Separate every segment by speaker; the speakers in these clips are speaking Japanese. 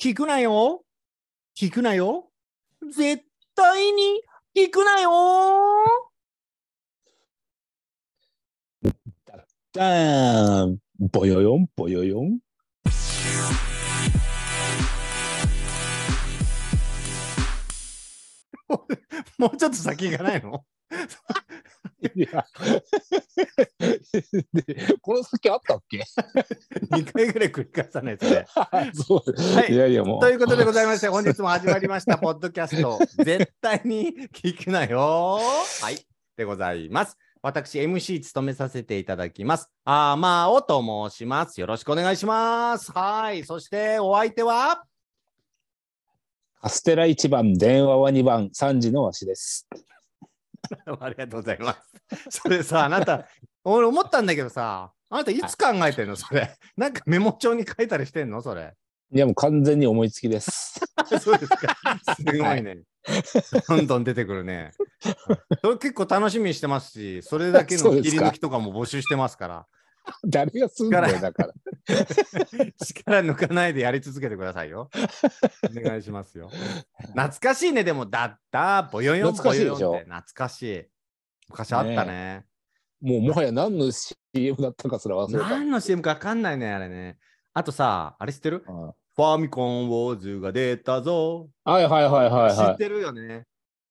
Speaker 1: 聞くなよ聞くなよ絶対に聞くなよ
Speaker 2: ダーンぼよよんぼよよん
Speaker 1: もうちょっと先行かない の
Speaker 2: いやでこの先あったっけ
Speaker 1: ?2 回ぐらい繰り返さないとね。
Speaker 2: そう、
Speaker 1: はい
Speaker 2: い、やいやも う
Speaker 1: ということでございまして、 本日も始まりました、ポ ッドキャスト、絶対に聞くなよ。はい、でございます。私、MC 務めさせていただきます。あーまあおと申します。よろしくお願いします。はい、そしてお相手は、
Speaker 2: カステラ一番電話は二番三時のわしです
Speaker 1: ありがとうございます。 それさ、あなた、俺思ったんだけどさ、あなたいつ考えてんのそれ。 なんかメモ帳に書いたりしてんのそれ。
Speaker 2: いやもう完全に思いつきです
Speaker 1: そうですか。すごいね。どんどん出てくるね。それ結構楽しみにしてますし、それだけ
Speaker 2: そう
Speaker 1: の
Speaker 2: です
Speaker 1: 切
Speaker 2: か
Speaker 1: り抜きとかも募集してますから、
Speaker 2: 誰がすんだよだから
Speaker 1: 力抜かないでやり続けてくださいよ。お願いしますよ。懐かしいね、でも、だった、ぼよよんぼ
Speaker 2: 懐かしい
Speaker 1: よよん
Speaker 2: で
Speaker 1: っ
Speaker 2: し
Speaker 1: て
Speaker 2: ょ
Speaker 1: 懐かしい。昔あったね。
Speaker 2: もうもはや何の CM だったかすら忘れた
Speaker 1: 何の CM か分かんないね、あれね。あとさ、あれ知ってる
Speaker 2: うん
Speaker 1: ファミコンウォーズが出たぞ。
Speaker 2: はいはいはいはい
Speaker 1: 知
Speaker 2: は
Speaker 1: っ
Speaker 2: い
Speaker 1: てるよね。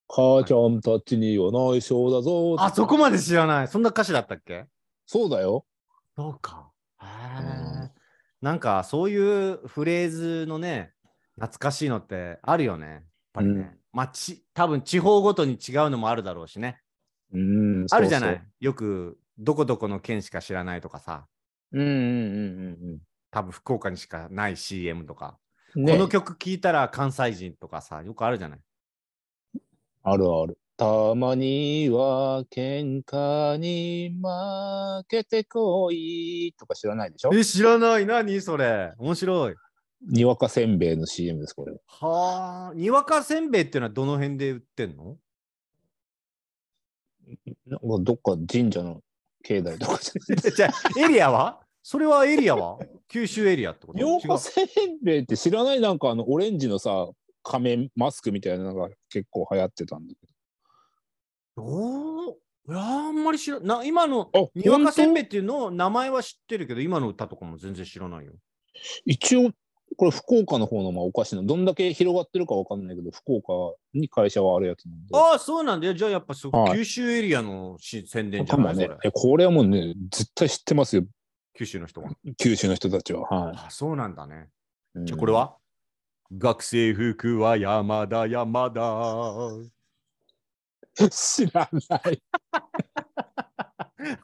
Speaker 2: 母ちゃんたちには内緒だぞ
Speaker 1: あそこまで知らない。そんな歌詞だったっけ
Speaker 2: そうだよ
Speaker 1: そうか。へ
Speaker 2: う
Speaker 1: え。なんかそういうフレーズのね、懐かしいのってあるよね。やっぱりね。
Speaker 2: うん
Speaker 1: まあち、多分地方ごとに違うのもあるだろうしね。
Speaker 2: うん
Speaker 1: あるじゃない。
Speaker 2: そう
Speaker 1: よく、どこどこの県しか知らないとかさ、
Speaker 2: そううんうんうんうん
Speaker 1: 多分福岡にしかない CM とか、
Speaker 2: うんね
Speaker 1: この曲聴いたら関西人とかさ、よくあるじゃない。
Speaker 2: あるある。たまには喧嘩に負けてこいとか知らないでしょ
Speaker 1: え、知らない。何それ。面白い。
Speaker 2: にわかせんべいの CM です、これ。
Speaker 1: はあ、にわかせんべいっていうのはどの辺で売ってんの
Speaker 2: なんかどっか神社の境内とかじゃ
Speaker 1: じゃあエリアはそれはエリア は九州エリアってこと
Speaker 2: ない。にわかせんべいって知らないなんかあのオレンジのさ、仮面マスクみたいなのが結構流行ってたんだけ
Speaker 1: 違うおーいやあんまり知らな今の
Speaker 2: ど。あ、
Speaker 1: にわかせんべ
Speaker 2: い
Speaker 1: いっていうのを名前は知ってるけど今の歌とかも全然知らないよ
Speaker 2: 一応、これ福岡の方のまあお菓子の、どんだけ広がってるかわかんないけど、福岡に会社はあるやつなんで。
Speaker 1: ああそうなんだよじゃあやっぱそう
Speaker 2: はい
Speaker 1: 九州エリアのし宣伝じゃ
Speaker 2: か
Speaker 1: な
Speaker 2: も
Speaker 1: い、
Speaker 2: ね
Speaker 1: それ。
Speaker 2: えこれはもうね、絶対知ってますよ、
Speaker 1: 九州の人は
Speaker 2: 九州の人たちは。はい。
Speaker 1: あそうなんだねじ
Speaker 2: じ
Speaker 1: ゃあこれは、学生服は山田山田
Speaker 2: 知らない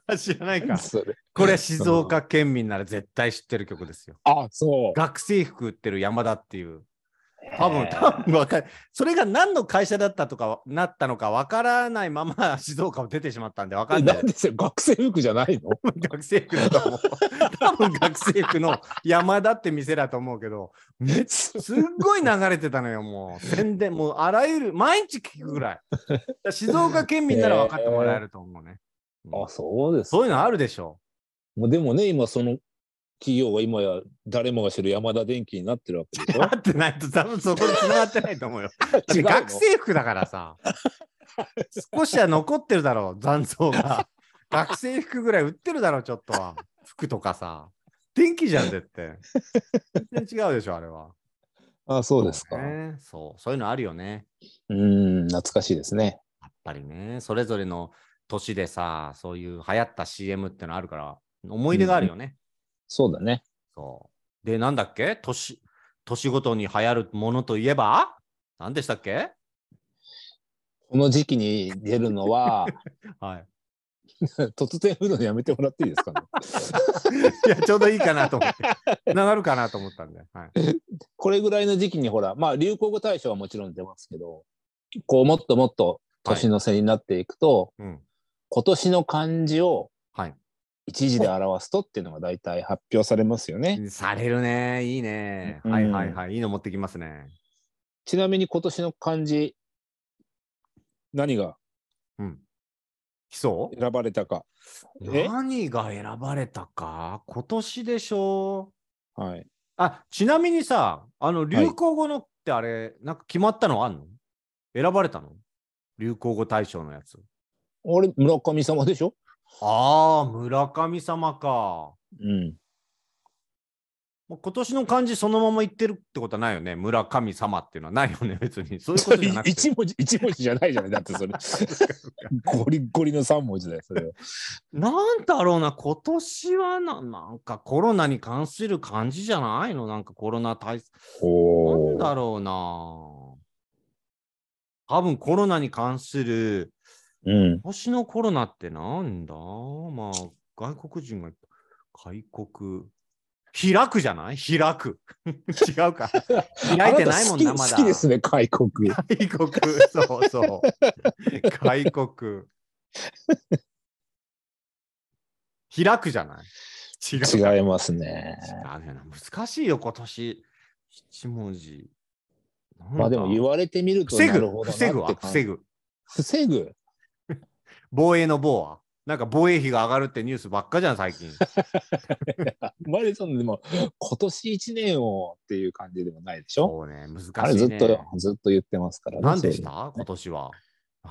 Speaker 1: あ知らないか
Speaker 2: それ。
Speaker 1: これは静岡県民なら絶対知ってる曲ですよ
Speaker 2: あ、そう。
Speaker 1: 学生服売ってる山田っていう多分、多分わかる。それが何の会社だったとか、なったのかわからないまま静岡を出てしまったんで、わか
Speaker 2: え
Speaker 1: んない
Speaker 2: な。んでそれ学生服じゃないの
Speaker 1: 学生服だ と思う。多分学生服の山田って店だと思うけど、めっすっごい流れてたのよ、もう。宣伝、もうあらゆる、毎日聞くぐらい。静岡県民なら分かってもらえると思うね。うん
Speaker 2: あ、そうです。
Speaker 1: そういうのあるでしょ。
Speaker 2: もうでもね、今その企業が今や誰もが知る山田電機になってるわ けでしょ
Speaker 1: 合ってないと多分そこに繋がってないと思うよ。だっ
Speaker 2: 違
Speaker 1: て
Speaker 2: うの
Speaker 1: 学生服だから さ、少しは残ってるだろう、残像が。学生服ぐらい売ってるだろう、ちょっとは。服とかさ。電気じゃん、絶対。全然違うでしょ、あれは。
Speaker 2: あ、そうですか。う
Speaker 1: ねそう、そういうのあるよね。
Speaker 2: ん、懐かしいですね。
Speaker 1: やっぱりね、それぞれの年でさ、そういう流行った CM ってのあるから、思い出があるよね。
Speaker 2: そうだね。
Speaker 1: そう。で、なんだっけ年、年ごとに流行るものといえば何でしたっけ
Speaker 2: この時期に出るのは、
Speaker 1: はい。
Speaker 2: 突然降るのやめてもらっていいですかね。
Speaker 1: いや、ちょうどいいかなと思って、つながるかなと思ったんで、はい、
Speaker 2: これぐらいの時期にほら、まあ流行語大賞はもちろん出ますけど、こうもっともっと年の瀬になっていくと、
Speaker 1: うん。
Speaker 2: 今年の漢字を
Speaker 1: はい
Speaker 2: 一字で表すとっていうのが大体発表されますよね。
Speaker 1: されるね、いいね。
Speaker 2: うん
Speaker 1: はいはいはい、いいの持ってきますね。
Speaker 2: ちなみに今年の漢字、何が
Speaker 1: うん。来そう
Speaker 2: 選ばれたか。え
Speaker 1: 何が選ばれたか今年でしょ
Speaker 2: はい。
Speaker 1: あ、ちなみにさ、あの、流行語のってあれ、なんか決まったのあんの選ばれたの流行語大賞のやつ。
Speaker 2: 俺、村神様でしょ
Speaker 1: ああ、村神様か。
Speaker 2: うん。
Speaker 1: もう今年の漢字そのまま言ってるってことはないよね。村神様っていうのはないよね、別に。そういうことじゃなくて。
Speaker 2: 一文字、一文字じゃないじゃない。だって それ。ゴリゴリの三文字だよ、それは。
Speaker 1: なんだろうな、今年はななんかコロナに関する感じじゃないのなんかコロナ対策。
Speaker 2: お
Speaker 1: なんだろうな。多分コロナに関する、
Speaker 2: うん。
Speaker 1: 今年のコロナってなんだまあ、外国人が開国。開くじゃない開く。 違う か。開いてないもんな、まだ。
Speaker 2: あた好き好きですね、開 国。
Speaker 1: 開国、そうそう。開国。開くじゃない違う。違う
Speaker 2: 違いますね。
Speaker 1: よな。難しいよ、今年。一文字。なんだ
Speaker 2: まあでも言われてみると、
Speaker 1: 防
Speaker 2: な
Speaker 1: ぐ
Speaker 2: るほど、なって
Speaker 1: 防ぐは、
Speaker 2: 感じ
Speaker 1: 防ぐ。
Speaker 2: 防ぐ。
Speaker 1: 防衛の防は。なんか防衛費が上がるってニュースばっかじゃん、最近。
Speaker 2: マリソンでも今年一年をっていう感じでもないでしょ
Speaker 1: そうね、難しい、ね。
Speaker 2: あれずっとずっと言ってますからね、
Speaker 1: 何でし
Speaker 2: それ
Speaker 1: た今年は。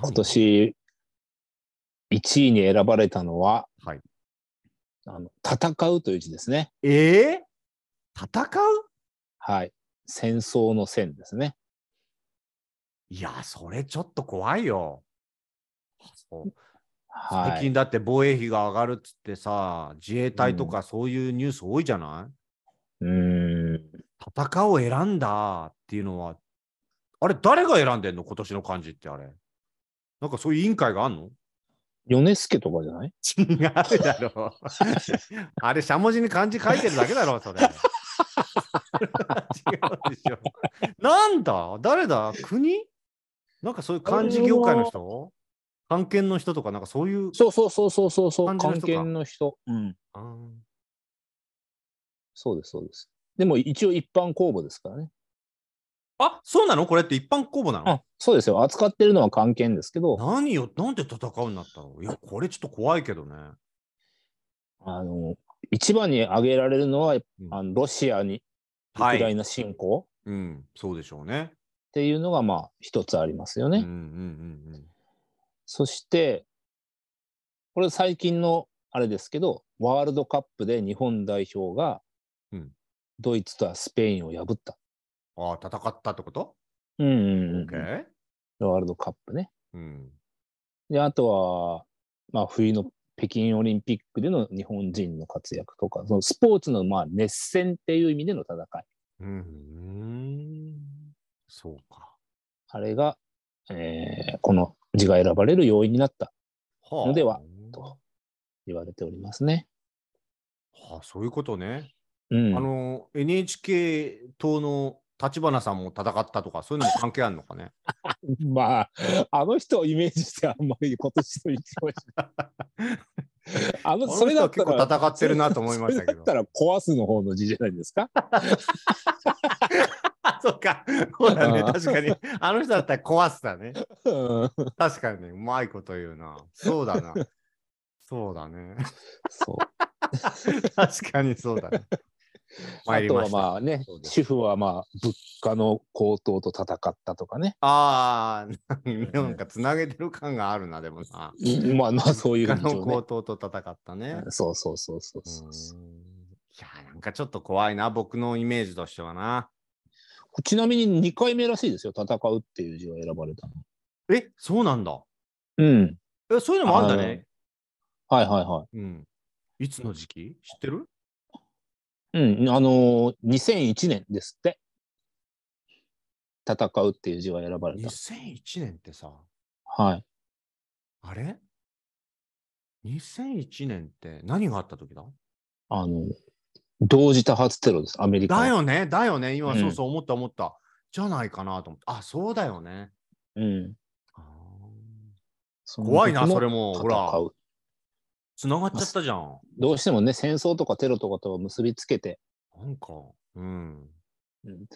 Speaker 2: 今年1位に選ばれたのは、
Speaker 1: はい
Speaker 2: あの戦うという字ですね。
Speaker 1: えー、戦う
Speaker 2: はい。戦争の戦ですね。
Speaker 1: いや、それちょっと怖いよ。そう
Speaker 2: は
Speaker 1: 最
Speaker 2: い。
Speaker 1: 近だって防衛費が上がるっつってさ、自衛隊とかそういうニュース多いじゃない、
Speaker 2: うーん。
Speaker 1: 戦うを選んだっていうのは、あれ、誰が選んでんの今年の漢字ってあれ。なんかそういう委員会があんの
Speaker 2: 米助とかじゃ ない
Speaker 1: 違うだろう。 あれ、しゃもじに漢字書いてるだけだろ、 それ。違うでしょ。なんだ誰だ国なんかそういう漢字業界の人関係の人とか、なんかそういう。
Speaker 2: そうそうそうそうそうそう。
Speaker 1: 漢
Speaker 2: 関
Speaker 1: 字の人か
Speaker 2: 係の人。うん。
Speaker 1: あー
Speaker 2: そうですそうです。でも一応一般公募ですからね。
Speaker 1: あ、そうなのこれって一般公募なの
Speaker 2: あそうですよ。扱ってるのは関係ですけど。
Speaker 1: 何よ、なんで戦うんだったのいや、これちょっと怖いけどね。
Speaker 2: あの一番に挙げられるのは、あのロシアにウク
Speaker 1: はい
Speaker 2: ライナ侵攻っ
Speaker 1: うん、そうでしょうね。
Speaker 2: ていうのがまあ一つありますよね。
Speaker 1: うんうんうんうん。
Speaker 2: そしてこれ最近のあれですけどワールドカップで日本代表が
Speaker 1: うん
Speaker 2: ドイツとはスペインを破った、
Speaker 1: ああ、戦ったってこと
Speaker 2: うんうんうん
Speaker 1: ?OK?
Speaker 2: ワールドカップね。
Speaker 1: うん。
Speaker 2: であとは、まあ、冬の北京オリンピックでの日本人の活躍とかそのスポーツのまあ熱戦っていう意味での戦い
Speaker 1: うんうん。そうか。
Speaker 2: あれが、えーこの字が選ばれる要因になった
Speaker 1: は
Speaker 2: のではと言われておりますね。
Speaker 1: はあ、そういうことね。
Speaker 2: うん、
Speaker 1: あの、NHK 党の立花さんも戦ったとか、そういうのも関係あるのかね。
Speaker 2: まああの人をイメージしてあんまり今年の勢 いしないあのそれだった
Speaker 1: あの人は
Speaker 2: ら
Speaker 1: 結構戦ってるなと思いましたけど
Speaker 2: それだったら壊すの方の字じゃな いですか。
Speaker 1: あ、 そっか。そうだね。
Speaker 2: あー
Speaker 1: 確かに。あの人だったら壊すだね。
Speaker 2: うん
Speaker 1: 確かにね、うまいこと言う な。そうだな。そうだね。
Speaker 2: そう
Speaker 1: 確かにそうだね。
Speaker 2: あ
Speaker 1: 参り
Speaker 2: と
Speaker 1: ま
Speaker 2: は
Speaker 1: した
Speaker 2: まあね
Speaker 1: そうです
Speaker 2: 主婦はまあ物価の高騰と戦ったとかね
Speaker 1: ああ、なんかつなげてる感があるな、でもな。
Speaker 2: まあまあそういうふう
Speaker 1: 他
Speaker 2: に一
Speaker 1: の
Speaker 2: 応
Speaker 1: 高騰と戦ったね
Speaker 2: ね。そうそうそうそう
Speaker 1: う
Speaker 2: そう
Speaker 1: ーんいやー、なんかちょっと怖いな、僕のイメージとしてはな。
Speaker 2: ちなみに2回目らしいですよ戦うっていう字が選ばれたの。
Speaker 1: え、そうなんだ。
Speaker 2: うん
Speaker 1: え、そういうのもあるんだね。
Speaker 2: はいはいはい。
Speaker 1: うん。いつの時期知ってる
Speaker 2: うん、あのー、2001年ですって。戦うっていう字が選ばれた。
Speaker 1: ?2001 年ってさ、
Speaker 2: はい。
Speaker 1: あれ ?2001 年って何があった時だ
Speaker 2: あの、同時多発テロです、アメリカの。
Speaker 1: だよね、だよね、今、
Speaker 2: うん
Speaker 1: そうそう思った思った。じゃないかなと思って。あ、そうだよね。
Speaker 2: うん。
Speaker 1: あ
Speaker 2: そ
Speaker 1: ー
Speaker 2: の
Speaker 1: 怖いな、
Speaker 2: 時の
Speaker 1: それも。ほら
Speaker 2: 戦、う。
Speaker 1: つながっちゃったじゃん。
Speaker 2: どうしてもね、戦争とかテロとかと結びつけて。
Speaker 1: なんか、うん。
Speaker 2: うん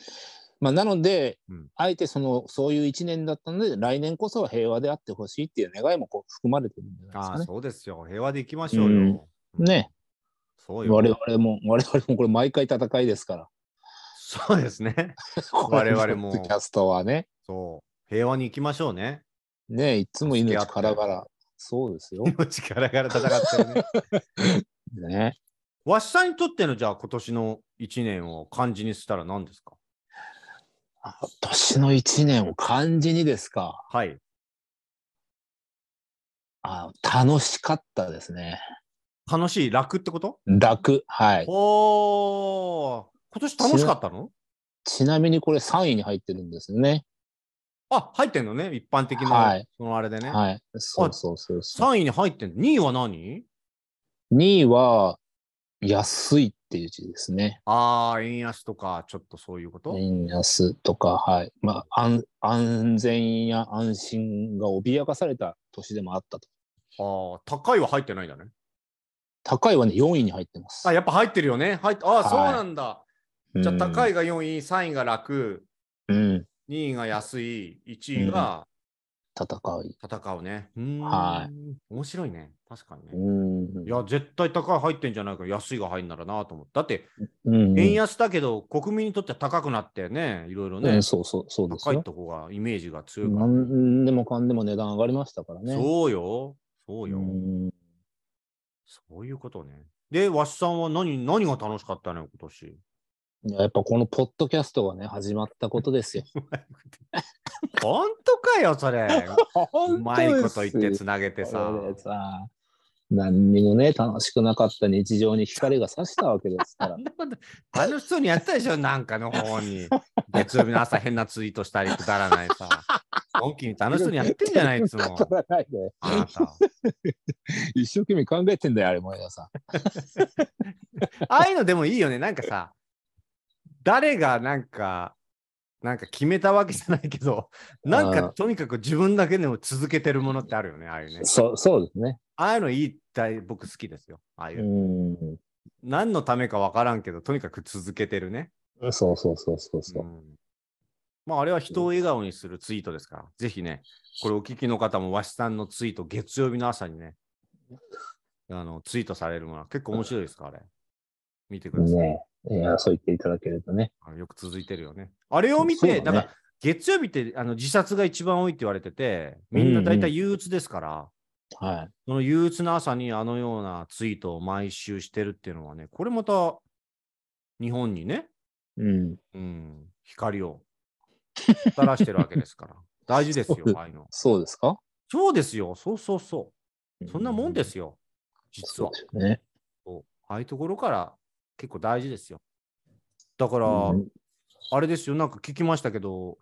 Speaker 2: まあ、なので、
Speaker 1: うん
Speaker 2: あえてその、そういう一年だったので、来年こそは平和であってほしいっていう願いもこう含まれてるんじゃないです
Speaker 1: あ
Speaker 2: か
Speaker 1: あ、
Speaker 2: ね。
Speaker 1: そうですよ。平和でいきましょうよ。
Speaker 2: うんね
Speaker 1: そうよ。
Speaker 2: 我々も、我々もこれ毎回戦いですから。
Speaker 1: そうですね。 我々も
Speaker 2: ポッドキャストはね。
Speaker 1: そう。平和に行きましょうね。
Speaker 2: ねいつも
Speaker 1: 付き合
Speaker 2: 命
Speaker 1: って
Speaker 2: からがら。そうで すよ。
Speaker 1: 命からから戦って るね。
Speaker 2: ね。
Speaker 1: わっさんにとってのじゃあ今年の一年を漢字にしたら何ですか
Speaker 2: あ今年の一年を漢字にですか。
Speaker 1: はい。
Speaker 2: あ楽しかったですね。
Speaker 1: 楽しい、楽ってこと
Speaker 2: 楽。はい。
Speaker 1: おー。今年楽しかったの
Speaker 2: ちなみにこれ3位に入ってるんですよね。
Speaker 1: あ、入ってんのね。一般的な、
Speaker 2: はい
Speaker 1: そのあれでね。
Speaker 2: はい。そうそうそうそう。
Speaker 1: 3位に入ってんの。2位は何
Speaker 2: 2位は、安いっていう字ですね。
Speaker 1: あー、円安とか、ちょっとそういうこと、
Speaker 2: 円安とか、はい。まあ、安安全や安心が脅かされた年でもあったと。
Speaker 1: あー、高いは入ってないんだね。
Speaker 2: 高いはね、4位に入ってます。
Speaker 1: あ、やっぱ入ってるよね。入っあー、
Speaker 2: はい
Speaker 1: そうなんだ。じゃあ
Speaker 2: うん
Speaker 1: 高い。が4位、3位が楽、
Speaker 2: うん。
Speaker 1: 2位が安い、1位が
Speaker 2: 戦い。
Speaker 1: 戦うね。。
Speaker 2: はい
Speaker 1: 面白いね。確かにね。
Speaker 2: うん。
Speaker 1: いや、絶対高い入ってんじゃないか、安いが入んならなと思って。だって、
Speaker 2: うん、
Speaker 1: 円安だけど、国民にとっては高くなってね、いろいろ
Speaker 2: ね、
Speaker 1: ね、
Speaker 2: そうそう、そうです
Speaker 1: 高い
Speaker 2: よ。
Speaker 1: とこが、イメージが強いから。
Speaker 2: なんでもかんでも値段上がりましたからね。
Speaker 1: そうよ。そうよ。
Speaker 2: うん
Speaker 1: そういうことね。で、わしさんは何、何が楽しかったのよ、今年。
Speaker 2: いややっぱこのポッドキャストがね、始まったことですよ。
Speaker 1: 本当かよ、そ れ。 うまいこと言ってつなげてさ。
Speaker 2: これでさ何にもね、楽しくなかった日常に光が差したわけですから
Speaker 1: そん。なことあの普通にやってたでしょ、なんかの方に。月曜日の朝変なツイートしたりくだらない さ。本気に楽しそうにやってんじゃないいつも。
Speaker 2: 語らないで
Speaker 1: あなた。
Speaker 2: 一生懸命考えてんだよ、あれ、前田さん。
Speaker 1: ああいうのでもいいよね。なんかさ、誰がなんか、なんか決めたわけじゃないけど、なん
Speaker 2: あー
Speaker 1: かとにかく自分だけでも続けてるものってあるよね、ああいう ね。
Speaker 2: そう、そうですね。
Speaker 1: ああいうのいい大、僕好きですよ。ああいう。
Speaker 2: う
Speaker 1: 何のためかわからんけど、とにかく続けてるね。
Speaker 2: ん。そうそうそうそうそうう。
Speaker 1: んまあ、あれは人を笑顔にするツイートですから、ぜひね、これお聞きの方もわしさんのツイート、月曜日の朝に ね、あのツイートされるものは結構面白いですから、あれ。見てください。
Speaker 2: ねえ。いや、そう言っていただけるとね。
Speaker 1: あのよく続いてるよね。あれを見
Speaker 2: そう
Speaker 1: て、
Speaker 2: だね
Speaker 1: だから月曜日ってあの自殺が一番多いって言われてて、みんな大体憂鬱ですから、
Speaker 2: はい。
Speaker 1: その憂鬱な朝にあのようなツイートを毎週してるっていうのはね、これまた日本にね、
Speaker 2: うん。
Speaker 1: うん、光を照らしてるわけです から。大事ですよ
Speaker 2: そう、で
Speaker 1: ああいうの。
Speaker 2: そうですか。
Speaker 1: そうですよ、そうそうそう。そんなもんですすよ、実
Speaker 2: そう
Speaker 1: は
Speaker 2: で。すよね。
Speaker 1: そうああいうところから結構大事ですよ。だから、
Speaker 2: うん
Speaker 1: あれですよ、なんか聞きましたけど、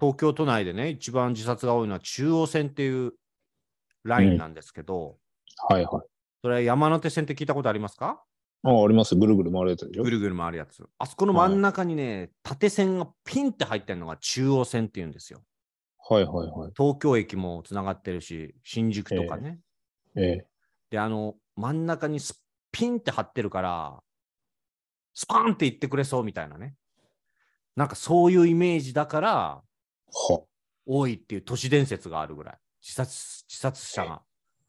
Speaker 1: 東京都内でね、一番自殺が多いのは中央線っていうラインなんですけど、
Speaker 2: はいはい。
Speaker 1: それ山手線って聞いたことありますか
Speaker 2: あ、あります。ぐるぐる回るやつでしょ
Speaker 1: ぐるぐる回るやつ。あそこの真ん中にね、縦線がピンって入ってるのが中央線っていうんですよ。
Speaker 2: はいはいはい。
Speaker 1: 東京駅もつながってるし、新宿とかね。
Speaker 2: ええ。
Speaker 1: で、あの、真ん中にスピンって張ってるから、スパンって行ってくれそうみたいなね。なんかそういうイメージだから、
Speaker 2: は。
Speaker 1: 多いっていう都市伝説があるぐらい。自殺自殺者が。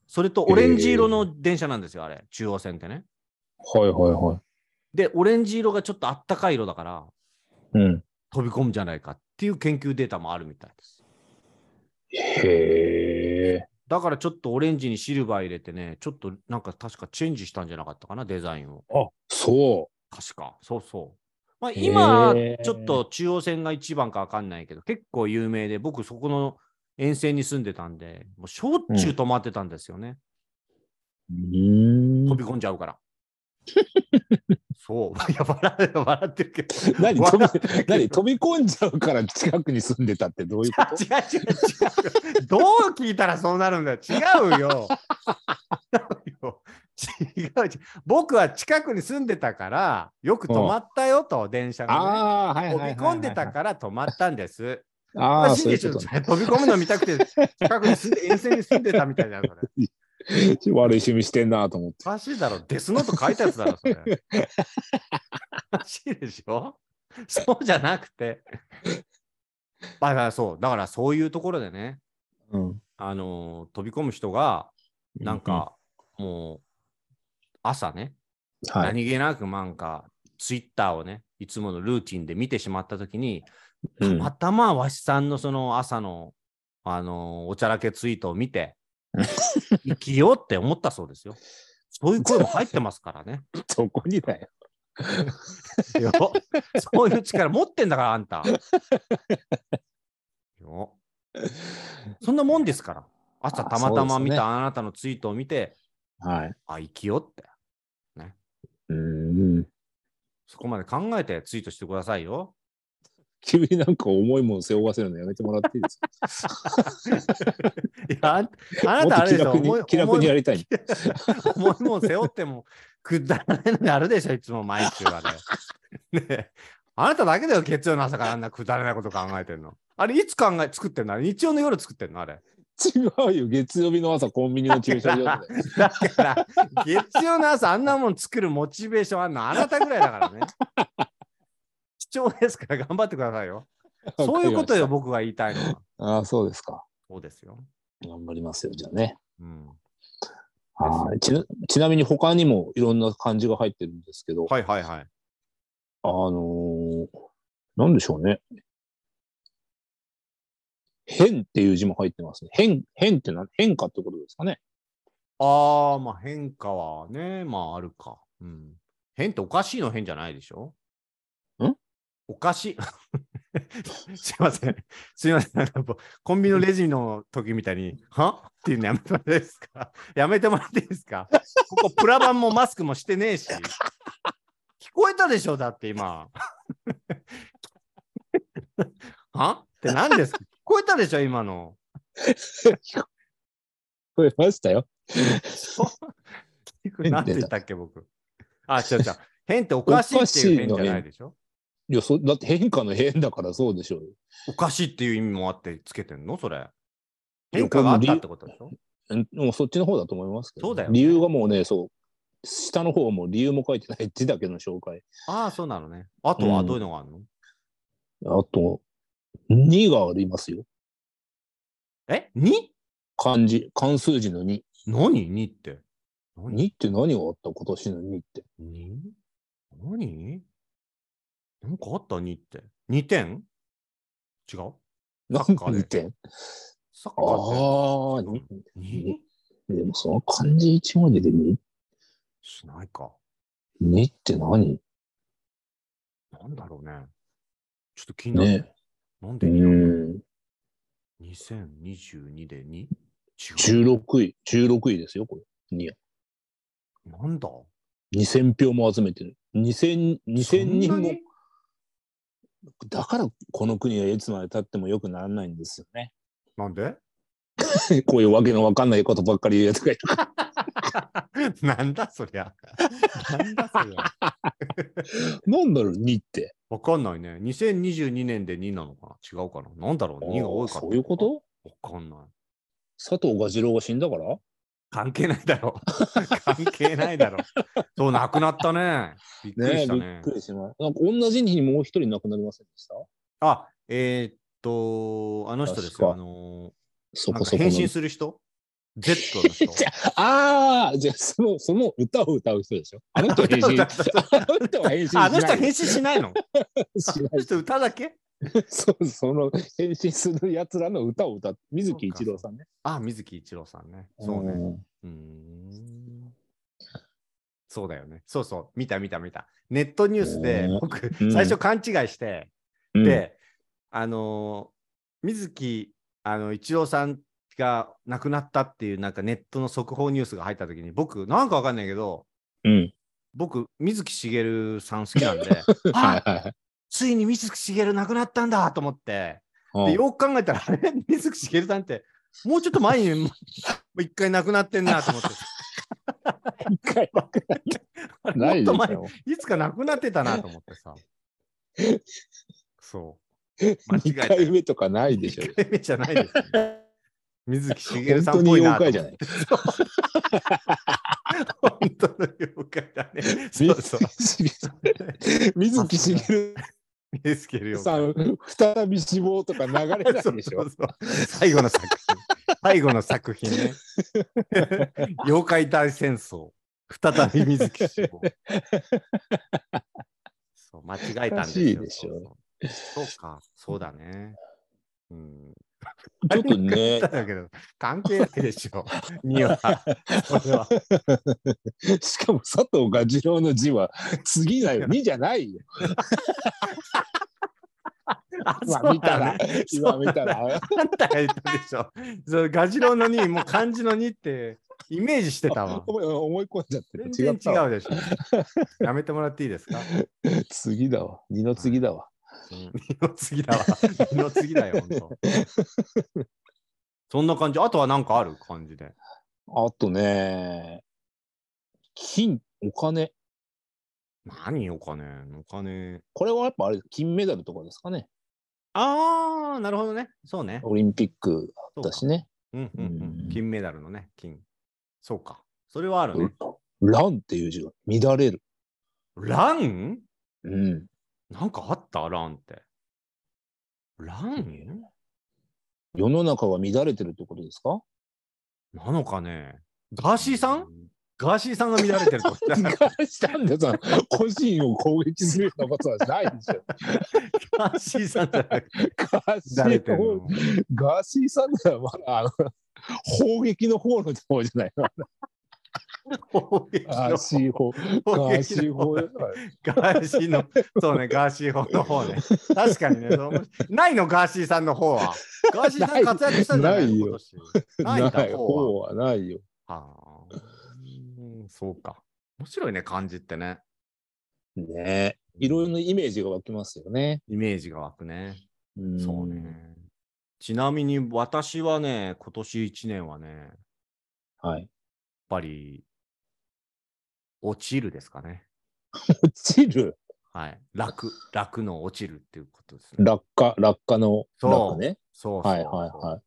Speaker 1: それとオレンジ色の電車なんですよ、あれ。中央線ってね。
Speaker 2: はいはいはい。
Speaker 1: で、オレンジ色がちょっとあったかい色だから、
Speaker 2: うん。
Speaker 1: 飛び込むんじゃないかっていう研究データもあるみたいです。
Speaker 2: へえ。
Speaker 1: だからちょっとオレンジにシルバー入れてね、ちょっとなんか確かチェンジしたんじゃなかったかな、デザインを。
Speaker 2: あ、そ
Speaker 1: 確か、そうそう。まあ、
Speaker 2: ー
Speaker 1: 今、ちょっと中央線が一番かわかんないけど、結構有名で、僕、そこの沿線に住んでたんで、もうしょっちゅう止まってたんですよね。
Speaker 2: う。うーん
Speaker 1: 飛び込んじゃう から。そう。 いや、笑う笑ってるけど。
Speaker 2: 何飛
Speaker 1: 笑って
Speaker 2: び何飛び込んじゃうから近くに住んでたってどういう こと
Speaker 1: 違う違う違う。どう聞いたらそうなるんだよ。違うよ。違うよ。違う違う。僕は近くに住んでたから、よく止まったよと、電車が、ね。
Speaker 2: ああ、はいはい
Speaker 1: 飛
Speaker 2: はい
Speaker 1: び
Speaker 2: はい。
Speaker 1: 込んでたから止まったんです。お
Speaker 2: あ
Speaker 1: か
Speaker 2: あ、
Speaker 1: しい
Speaker 2: そうい
Speaker 1: で
Speaker 2: う
Speaker 1: しょ。
Speaker 2: こ
Speaker 1: それ飛び込むの見たくて、近くに住んで、沿線に住んでたみたいなそれ。
Speaker 2: とね。悪い趣味してんなと思って。
Speaker 1: おかしいだろ。デスノート書いたやつだろ、それ。おかしいでしょそうじゃなくて。あだからそう、だからそういうところでね、
Speaker 2: うん。
Speaker 1: あのー飛び込む人が、なんか、もう、朝ね、
Speaker 2: うん、はい。
Speaker 1: 何気なくなんか、ツイッターをね、いつものルーティンで見てしまったときに、
Speaker 2: う
Speaker 1: たまたまわしさんのその朝の、あのーおちゃらけツイートを見て
Speaker 2: うん、
Speaker 1: 生きようって思ったそうですよ。そういう声も入ってますからね。
Speaker 2: そこにだよ。
Speaker 1: よ そういう力持ってんだから、あんた。よそんなもんですから。朝たまたま見たあなたのツイートを見て、
Speaker 2: はい。
Speaker 1: あ、生きようって。
Speaker 2: うん。
Speaker 1: そこまで考えてツイートしてくださいよ。
Speaker 2: 君なんか重いもん背負わせるのやめてもらっていいですか
Speaker 1: いや、あんあな
Speaker 2: も
Speaker 1: たあ
Speaker 2: っ
Speaker 1: れ
Speaker 2: と
Speaker 1: で
Speaker 2: 気
Speaker 1: しょ。
Speaker 2: 楽
Speaker 1: 重い
Speaker 2: に気楽にやりたい。
Speaker 1: 重いもん背負ってもくだらないのあるでしょ、いつも毎週あれ。 ねえあなただけだよ、月曜の朝からあんなくだらないこと考えてんの。あれ、いつ考え、作ってんのあれ、日曜の夜作ってんのあれ。
Speaker 2: 違うよ。月曜日の朝コンビニの駐車場で。
Speaker 1: だから、月曜の朝あんなもん作るモチベーションあんのあなたぐらいだからね。貴重ですから頑張ってくださ いよ。そういうことよ、
Speaker 2: わかりまし
Speaker 1: 僕が言いたいのは。
Speaker 2: た。 ああ、そうですか。
Speaker 1: そうですよ。
Speaker 2: 頑張りますよ、じゃあね。
Speaker 1: うん、
Speaker 2: はいちなちなみに他にもいろんな漢字が入ってるんですけど、
Speaker 1: はいはいはい。
Speaker 2: あのー、なんでしょうね。変っていう字も入ってますね。変、変って何変化ってことですかね。
Speaker 1: ああ、まあ変化はね、まああるか。うん。変っておかしいの変じゃないでしょ
Speaker 2: ん
Speaker 1: おかしい。 すいません。すいません。なんかコンビニのレジの時みたいに、はっていうのやめてもらっていいですか やめてもらっていいですかここプラ板もマスクもしてねえし。聞こえたでしょだって今。 はって何ですか聞こえたでしょ今の。
Speaker 2: これましたよ。
Speaker 1: 何て言ったっけ、僕。 あ、違う違う。変っておかしいっていう変じゃないでしょ
Speaker 2: いや、そだって変化の変だからそうでしょうよ。
Speaker 1: おかしいっていう意味もあってつけてんのそれ。
Speaker 2: いや
Speaker 1: 変化があったってことでしょ
Speaker 2: うんもうそっちの方だと思いますけど、
Speaker 1: そうだよね
Speaker 2: 理由がもうね、そう。下の方はもう理由も書いてない字だけの紹介。
Speaker 1: ああ、そうなのね。あとは
Speaker 2: うん
Speaker 1: どういうのがあるの、
Speaker 2: あと、2がありますよ。
Speaker 1: え ?2?
Speaker 2: 漢字、漢数字の2。
Speaker 1: 何 ?2 って。何
Speaker 2: 2って何があった今年の2って。
Speaker 1: ?2? 何なんかあった ?2 って。2点違う
Speaker 2: な
Speaker 1: サ
Speaker 2: んか
Speaker 1: ッカーで
Speaker 2: 2点。
Speaker 1: サッカ
Speaker 2: あ
Speaker 1: ーって。
Speaker 2: あ、
Speaker 1: うん
Speaker 2: に
Speaker 1: 2?
Speaker 2: でもその漢字一文字で 2,
Speaker 1: しないか。
Speaker 2: 2って何
Speaker 1: なんだろうね。ちょっと気になる。
Speaker 2: ね。
Speaker 1: なん
Speaker 2: う
Speaker 1: で2なの
Speaker 2: ん。
Speaker 1: 2022で 2? 違う。
Speaker 2: 16位、16位ですよ、これ。2
Speaker 1: なんだ
Speaker 2: 2000票も集めてる。2000、2000人
Speaker 1: そんな
Speaker 2: も
Speaker 1: に。
Speaker 2: だから、この国はいつまで経っても良くならないんですよね。
Speaker 1: なんで
Speaker 2: こういうわけのわかんないことばっかり言うやつがいる。
Speaker 1: なんだそりゃ。なんだそりゃ。
Speaker 2: なんだろう、2って。
Speaker 1: わかんないね。2022年で2なのかな違うかななんだろう ?2 が多いから。
Speaker 2: そういうこと
Speaker 1: わかんない。
Speaker 2: 佐藤蛾次郎が死んだから
Speaker 1: 関係ないだろ。 関係ないだろ。そう、なくなったね。びっくり
Speaker 2: ねえ、
Speaker 1: した
Speaker 2: び
Speaker 1: ね。
Speaker 2: っくりしました。なんか同じ日にもう一人亡くなりませんでした
Speaker 1: あ、えー、っと、あの人です
Speaker 2: 確
Speaker 1: よ。
Speaker 2: か
Speaker 1: あのー
Speaker 2: そ
Speaker 1: な
Speaker 2: こ
Speaker 1: ん
Speaker 2: そ
Speaker 1: か
Speaker 2: こ
Speaker 1: 変
Speaker 2: の。
Speaker 1: 身する人 ?Z の 人。
Speaker 2: ああ、じゃあその、その歌を歌う人でしょあの人は変身。
Speaker 1: 歌
Speaker 2: あ
Speaker 1: 歌歌
Speaker 2: の人は変身しな
Speaker 1: あ
Speaker 2: い。
Speaker 1: あの人変身しない のあ
Speaker 2: しな
Speaker 1: の
Speaker 2: い。
Speaker 1: 人歌だけ
Speaker 2: そう、その変身する奴らの歌を歌って、水木一郎さんね。
Speaker 1: あ、水木一郎さんね。そうね。
Speaker 2: ん。
Speaker 1: うーんそうだよね。そうそう。見た見た見た。ネットニュースで
Speaker 2: ね
Speaker 1: 僕、
Speaker 2: うん
Speaker 1: 最初勘違いして、
Speaker 2: うん、
Speaker 1: で、あのー水木あの一郎さんが亡くなったっていうなんかネットの速報ニュースが入った時に、僕、なんかわかんないけど、
Speaker 2: うん。
Speaker 1: 僕、水木しげるさん好きなん で、あ
Speaker 2: はいはいはい
Speaker 1: ついに水木しげる亡くなったんだと思って、
Speaker 2: うん
Speaker 1: でよく考えたら、あれ水木しげるさんって、もうちょっと前に もう一回亡くなってんなと思って、
Speaker 2: 一回わかんない
Speaker 1: あれ
Speaker 2: ない
Speaker 1: もっと
Speaker 2: でし
Speaker 1: 前
Speaker 2: ょ。
Speaker 1: いつかなくなってたなと思ってさ。そう。間違え
Speaker 2: 2
Speaker 1: た。
Speaker 2: 回目とかないでしょ
Speaker 1: 一。回目じゃないです、ね。水木しげる
Speaker 2: 本
Speaker 1: さ
Speaker 2: 当
Speaker 1: んっ
Speaker 2: に
Speaker 1: ぽいな
Speaker 2: 妖
Speaker 1: と思
Speaker 2: 怪
Speaker 1: っ
Speaker 2: じ
Speaker 1: て。
Speaker 2: ゃない。
Speaker 1: 本当の妖怪だね。そうそう。
Speaker 2: 水木しげる水木しげる
Speaker 1: 水木しげる
Speaker 2: さ
Speaker 1: 妖
Speaker 2: ん、再び死亡とか流れない
Speaker 1: 怪。
Speaker 2: でしょ。
Speaker 1: そうそうそう最後の作品。最後の作品ね。 妖怪大戦争。再び水木しげる。そう間違えたんですよ。
Speaker 2: おかしいでしょ
Speaker 1: そうそうそうか、そうだね。うん。
Speaker 2: ちょっとね
Speaker 1: だけど、関係ないでしょ。には。それは
Speaker 2: しかも佐藤蛾次郎の字は次だよ。2じゃ ないよ。
Speaker 1: あ
Speaker 2: 今見た
Speaker 1: そうだ
Speaker 2: ら
Speaker 1: ね、
Speaker 2: 今見たら。
Speaker 1: あんたが言ったでしょ。そう、ガジロウの2、もう漢字の2ってイメージしてたわ。
Speaker 2: 思い思い込んじゃってる。 違
Speaker 1: 全
Speaker 2: っ
Speaker 1: 然
Speaker 2: た
Speaker 1: 違
Speaker 2: わ。
Speaker 1: うでしょ。やめてもらっていいですか
Speaker 2: 次だわ。二の次だわ。
Speaker 1: 二の次だわ。二の次だよ、ほんと。そんな感じ。あとはなんかある感じで。
Speaker 2: あとね、金、お金。
Speaker 1: 何お金お金。
Speaker 2: これはやっぱあれ、金メダルとかですかね。
Speaker 1: あー、なるほどね。そうね。
Speaker 2: オリンピック
Speaker 1: そうか
Speaker 2: だしね。
Speaker 1: うんうんうん
Speaker 2: うん
Speaker 1: 金メダルのね、金。そうか。それはあるね。
Speaker 2: 乱っていう字が乱れる。
Speaker 1: 乱
Speaker 2: うん。
Speaker 1: なんかあった乱って。乱
Speaker 2: 世の中は乱れてるってことですか
Speaker 1: なのかねガーシーさんガーシーさんが乱れてると
Speaker 2: したんでさん、個人を攻撃するようなことはないで しょ。
Speaker 1: ガーシーさんじゃなくて
Speaker 2: ガーシ
Speaker 1: 乱れて
Speaker 2: ー
Speaker 1: る
Speaker 2: の
Speaker 1: の
Speaker 2: 方ガーシーさんならまだあの砲撃の方の方じゃない の。
Speaker 1: 攻撃
Speaker 2: ガー
Speaker 1: の
Speaker 2: シー法。ガ
Speaker 1: 攻
Speaker 2: ーシ
Speaker 1: 撃
Speaker 2: ー
Speaker 1: の
Speaker 2: 法
Speaker 1: 方。ガーシーの、そうね、ガーシー方の方ね。確かにね、そう思うないの、ガーシーさんの方は。ガーシーさん活躍したんじゃない
Speaker 2: ないよ
Speaker 1: の今年ないん
Speaker 2: ない
Speaker 1: だ、方は。
Speaker 2: 方はないよ。
Speaker 1: あーうんそうか。面白いね、漢字ってね。
Speaker 2: ねいろいろなイメージが湧きますよね。
Speaker 1: イメージが湧くね。
Speaker 2: ん
Speaker 1: そうね。ちなみに私はね、今年1年はね、やっ
Speaker 2: はい。
Speaker 1: ぱり、落ちるですかね。
Speaker 2: 落ちる、
Speaker 1: はい。楽、楽の落ちるっていうことですね。
Speaker 2: 落下、落下の
Speaker 1: そう
Speaker 2: 落ね。
Speaker 1: そうそう
Speaker 2: はい
Speaker 1: そう
Speaker 2: はいはい。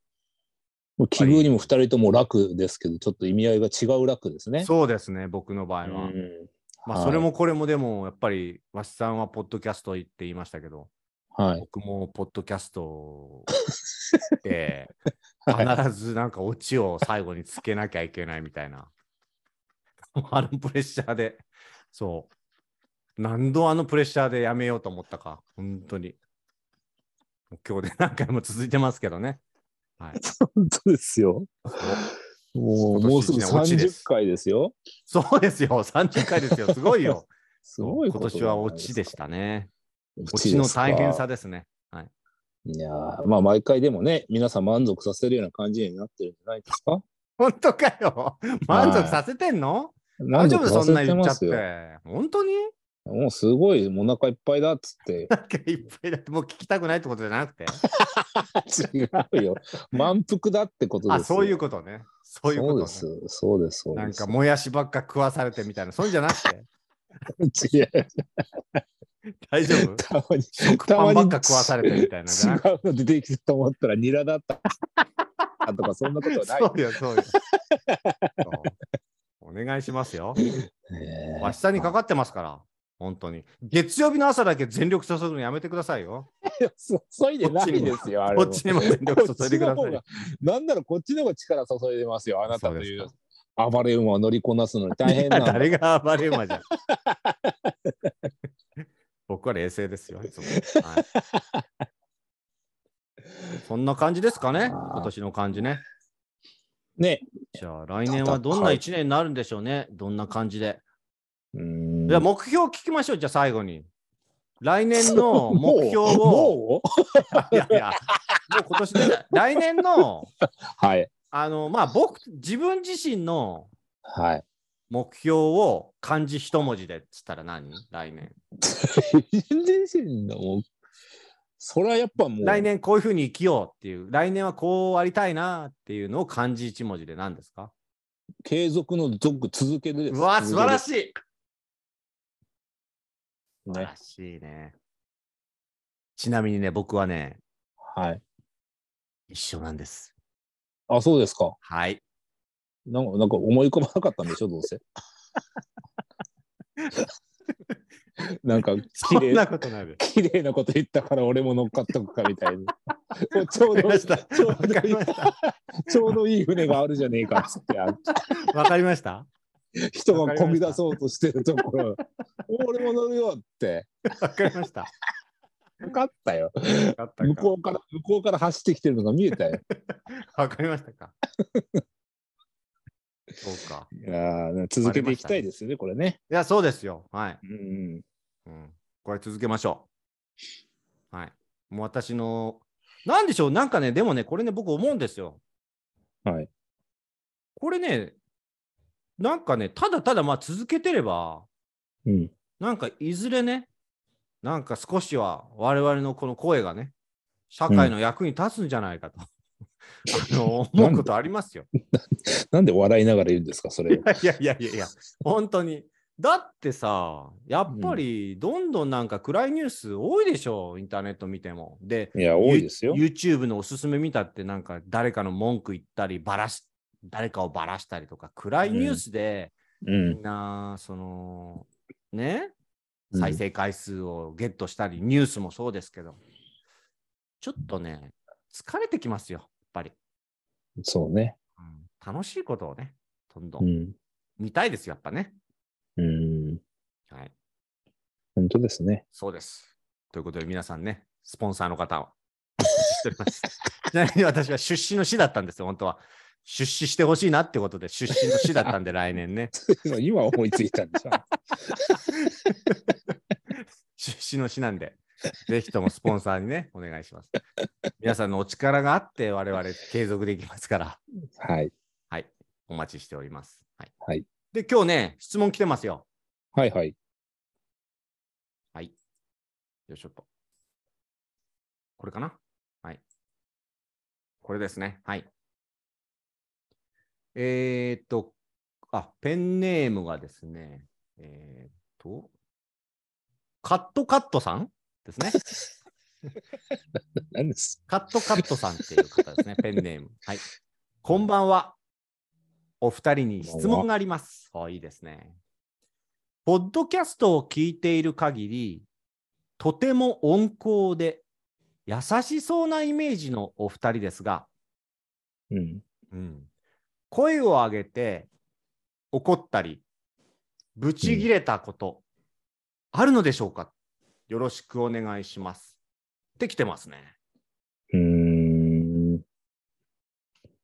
Speaker 2: もう奇遇にも二人とも楽ですけど、ちょっと意味合いが違う楽ですね。
Speaker 1: そうですね、僕の場合は。
Speaker 2: うん
Speaker 1: ま
Speaker 2: は
Speaker 1: あ、
Speaker 2: い
Speaker 1: それもこれもでも、やっぱり、わしさんはポッドキャストって言いましたけど、
Speaker 2: はい。
Speaker 1: 僕もポッドキャストで、
Speaker 2: はい
Speaker 1: 必ずなんかオチを最後につけなきゃいけないみたいな。あのプレッシャーで、そう。何度あのプレッシャーでやめようと思ったか、本当に。もう今日で何回も続いてますけどね。はい。
Speaker 2: 本当ですよ。もう、もうす
Speaker 1: 今年一
Speaker 2: ぐ
Speaker 1: 年落ちです
Speaker 2: 30回ですよ。
Speaker 1: そうそうですよ、30回ですよ、すごいよ。
Speaker 2: すごい。
Speaker 1: 今年はオチでしたたね。
Speaker 2: 落
Speaker 1: オチの大変さ。ですね。
Speaker 2: いやーまあ毎回でもね、皆さん満足させるような感じになってるんじゃないですか
Speaker 1: 本当かよ。満足させてんの、大
Speaker 2: 満
Speaker 1: 丈
Speaker 2: 足
Speaker 1: 夫そ
Speaker 2: さ
Speaker 1: ん
Speaker 2: せ
Speaker 1: な
Speaker 2: て
Speaker 1: 言っちゃ
Speaker 2: ま
Speaker 1: っ
Speaker 2: すよ。
Speaker 1: て。本当に
Speaker 2: もうすごい、もうお腹いっぱいだっつって。
Speaker 1: なんかいっぱいだってもう聞きたくないってことじゃなくて。
Speaker 2: 違うよ。満腹だってことです
Speaker 1: あ、
Speaker 2: よ。
Speaker 1: そういうことね。そういうこと、ね。
Speaker 2: そうです。そうです。そう
Speaker 1: なん
Speaker 2: です
Speaker 1: かもやしばっか食わされてみたいな、そういうんじゃなく て。
Speaker 2: 違う。
Speaker 1: 大丈夫
Speaker 2: たまに、
Speaker 1: 食
Speaker 2: た
Speaker 1: パ
Speaker 2: ま
Speaker 1: ン
Speaker 2: に
Speaker 1: ばっか食わされてみたいなのじゃ
Speaker 2: 違
Speaker 1: な
Speaker 2: う
Speaker 1: くて。
Speaker 2: の出てきたと思ったらニラだった。あとか、そんなことはない
Speaker 1: そ。うよ、そうよ。そうお願いします よ。
Speaker 2: ねえ
Speaker 1: 明日にかかってますから、本当に。月曜日の朝だけ全力注ぐのやめてくださいよ。
Speaker 2: 注いでないですよ、あれ
Speaker 1: こ
Speaker 2: も。
Speaker 1: っちにも全力注いでくだ
Speaker 2: こ
Speaker 1: さいよ。
Speaker 2: っちの方がなんならこっちの方が力注いでますよ、あなたとい
Speaker 1: そううで
Speaker 2: 暴れ馬を乗りこなすのに大変
Speaker 1: いや
Speaker 2: なん だ。
Speaker 1: 誰が暴れ馬 じゃん。僕は冷静ですよ、 いつも。はい、そんな感じですかね、今年の感じね。
Speaker 2: ね。
Speaker 1: じゃあ来年はどんな1年になるんでしょうね。どんな感じで。
Speaker 2: うーん
Speaker 1: じゃあ目標聞きましょう。じゃあ最後に。来年
Speaker 2: も
Speaker 1: の
Speaker 2: う
Speaker 1: 目標を。
Speaker 2: も う
Speaker 1: いやいや、もう今年で、来年の、
Speaker 2: はい。
Speaker 1: あの、まあ僕、自分自身の
Speaker 2: はい。
Speaker 1: 目標を漢字一文字でっつったら何来年。
Speaker 2: 自身のもう、それはやっぱもう、
Speaker 1: 来年こういうふうに生きようっていう、来年はこうありたいなっていうのを漢字一文字で何ですか
Speaker 2: 継続の続続けるです。
Speaker 1: うわ、素晴ら
Speaker 2: い。
Speaker 1: しい素晴
Speaker 2: ね
Speaker 1: らしいね。ちなみにね、僕はね、
Speaker 2: はい。
Speaker 1: 一緒なんです。
Speaker 2: あ、そうですか。
Speaker 1: はい。
Speaker 2: なんか、なんか思い込まなかったんでしょ、どうせ。 なんか、綺
Speaker 1: そん
Speaker 2: 麗
Speaker 1: なことないです。
Speaker 2: 綺麗なこと言ったから俺も乗っかっとくかみた いな。もうちょ
Speaker 1: わ
Speaker 2: う
Speaker 1: かり
Speaker 2: ど
Speaker 1: ました。
Speaker 2: ちょ
Speaker 1: わ
Speaker 2: うど
Speaker 1: か
Speaker 2: い
Speaker 1: り
Speaker 2: い
Speaker 1: ました。
Speaker 2: ちょうどいい船があるじゃねえかっつって。あ
Speaker 1: わかりました。
Speaker 2: 人がこぎ出そうとしてるところ、俺も乗るよって。
Speaker 1: わかりました。
Speaker 2: 分かったよ。
Speaker 1: わかった
Speaker 2: 向
Speaker 1: か
Speaker 2: こうから、向こうから走ってきてるのが見えたよ。
Speaker 1: わかりましたか。そうか。
Speaker 2: いやー続けていきたいですよね、これね。
Speaker 1: いや、そうですよ。はい。
Speaker 2: うん。
Speaker 1: うん、これ続けましょう。はい。もう私の、なんでしょう、なんかね、でもね、これね、僕思うんですよ。
Speaker 2: はい。
Speaker 1: これね、なんかね、ただただまあ続けてれば、
Speaker 2: うん。
Speaker 1: なんかいずれね、なんか少しは我々のこの声がね、社会の役に立つんじゃないかと、 あの思うことありますよ。
Speaker 2: なんで笑いながら言うんですか、そ れを。
Speaker 1: いやいやいやいや、本当に。だってさ、やっぱりどんどんなんか暗いニュース多いでしょ、インターネット見ても。で、
Speaker 2: いや、多いですよ。
Speaker 1: ユ YouTube のおすすめ見たって、なんか誰かの文句言ったり、ばらし、誰かをばらしたりとか、暗いニュースで、
Speaker 2: う
Speaker 1: み
Speaker 2: ん。
Speaker 1: んな、その、ね、再生回数をゲットしたり、ニュースもそうですけど、ちょっとね、疲れてきますよ、やっぱり。
Speaker 2: うんそうね。
Speaker 1: うん、楽しいことをね、どんど
Speaker 2: うんん。
Speaker 1: 見たいですよ、やっぱね。
Speaker 2: うん。
Speaker 1: はい。
Speaker 2: 本当ですね。
Speaker 1: そうです。ということで、皆さんね、スポンサーの方を お待ちしております。 ちなみに私は出資の市だったんですよ、本当は。出資してほしいなってことで、出資の市だったん で、来年ね、
Speaker 2: 今思いついたんでしょ。
Speaker 1: 出資の市なんで、ぜひともスポンサーにね、お願いします。皆さんのお力があって、我々継続できますから、
Speaker 2: はい。
Speaker 1: お待ちしております。はい。
Speaker 2: はい
Speaker 1: で、今日ね、質問来てますよ。
Speaker 2: はいはい。
Speaker 1: はい。よいしょっと。これかなはい。これですね。はい。えー、っと、あ、ペンネームがですね、えー、っと、カットカットさんですね。
Speaker 2: 何です。
Speaker 1: カットカットさんっていう方 ですね、ペンネーム。はい。こんばんは。お二人に質問があります。あいいですね。ポッドキャストを聞いている限り、とても温厚で優しそうなイメージのお二人ですが、
Speaker 2: うん。
Speaker 1: うん、声を上げて怒ったり、ブチ切れたこと、あるのでしょうかよろしくお願いします。って来てますね。
Speaker 2: うーん。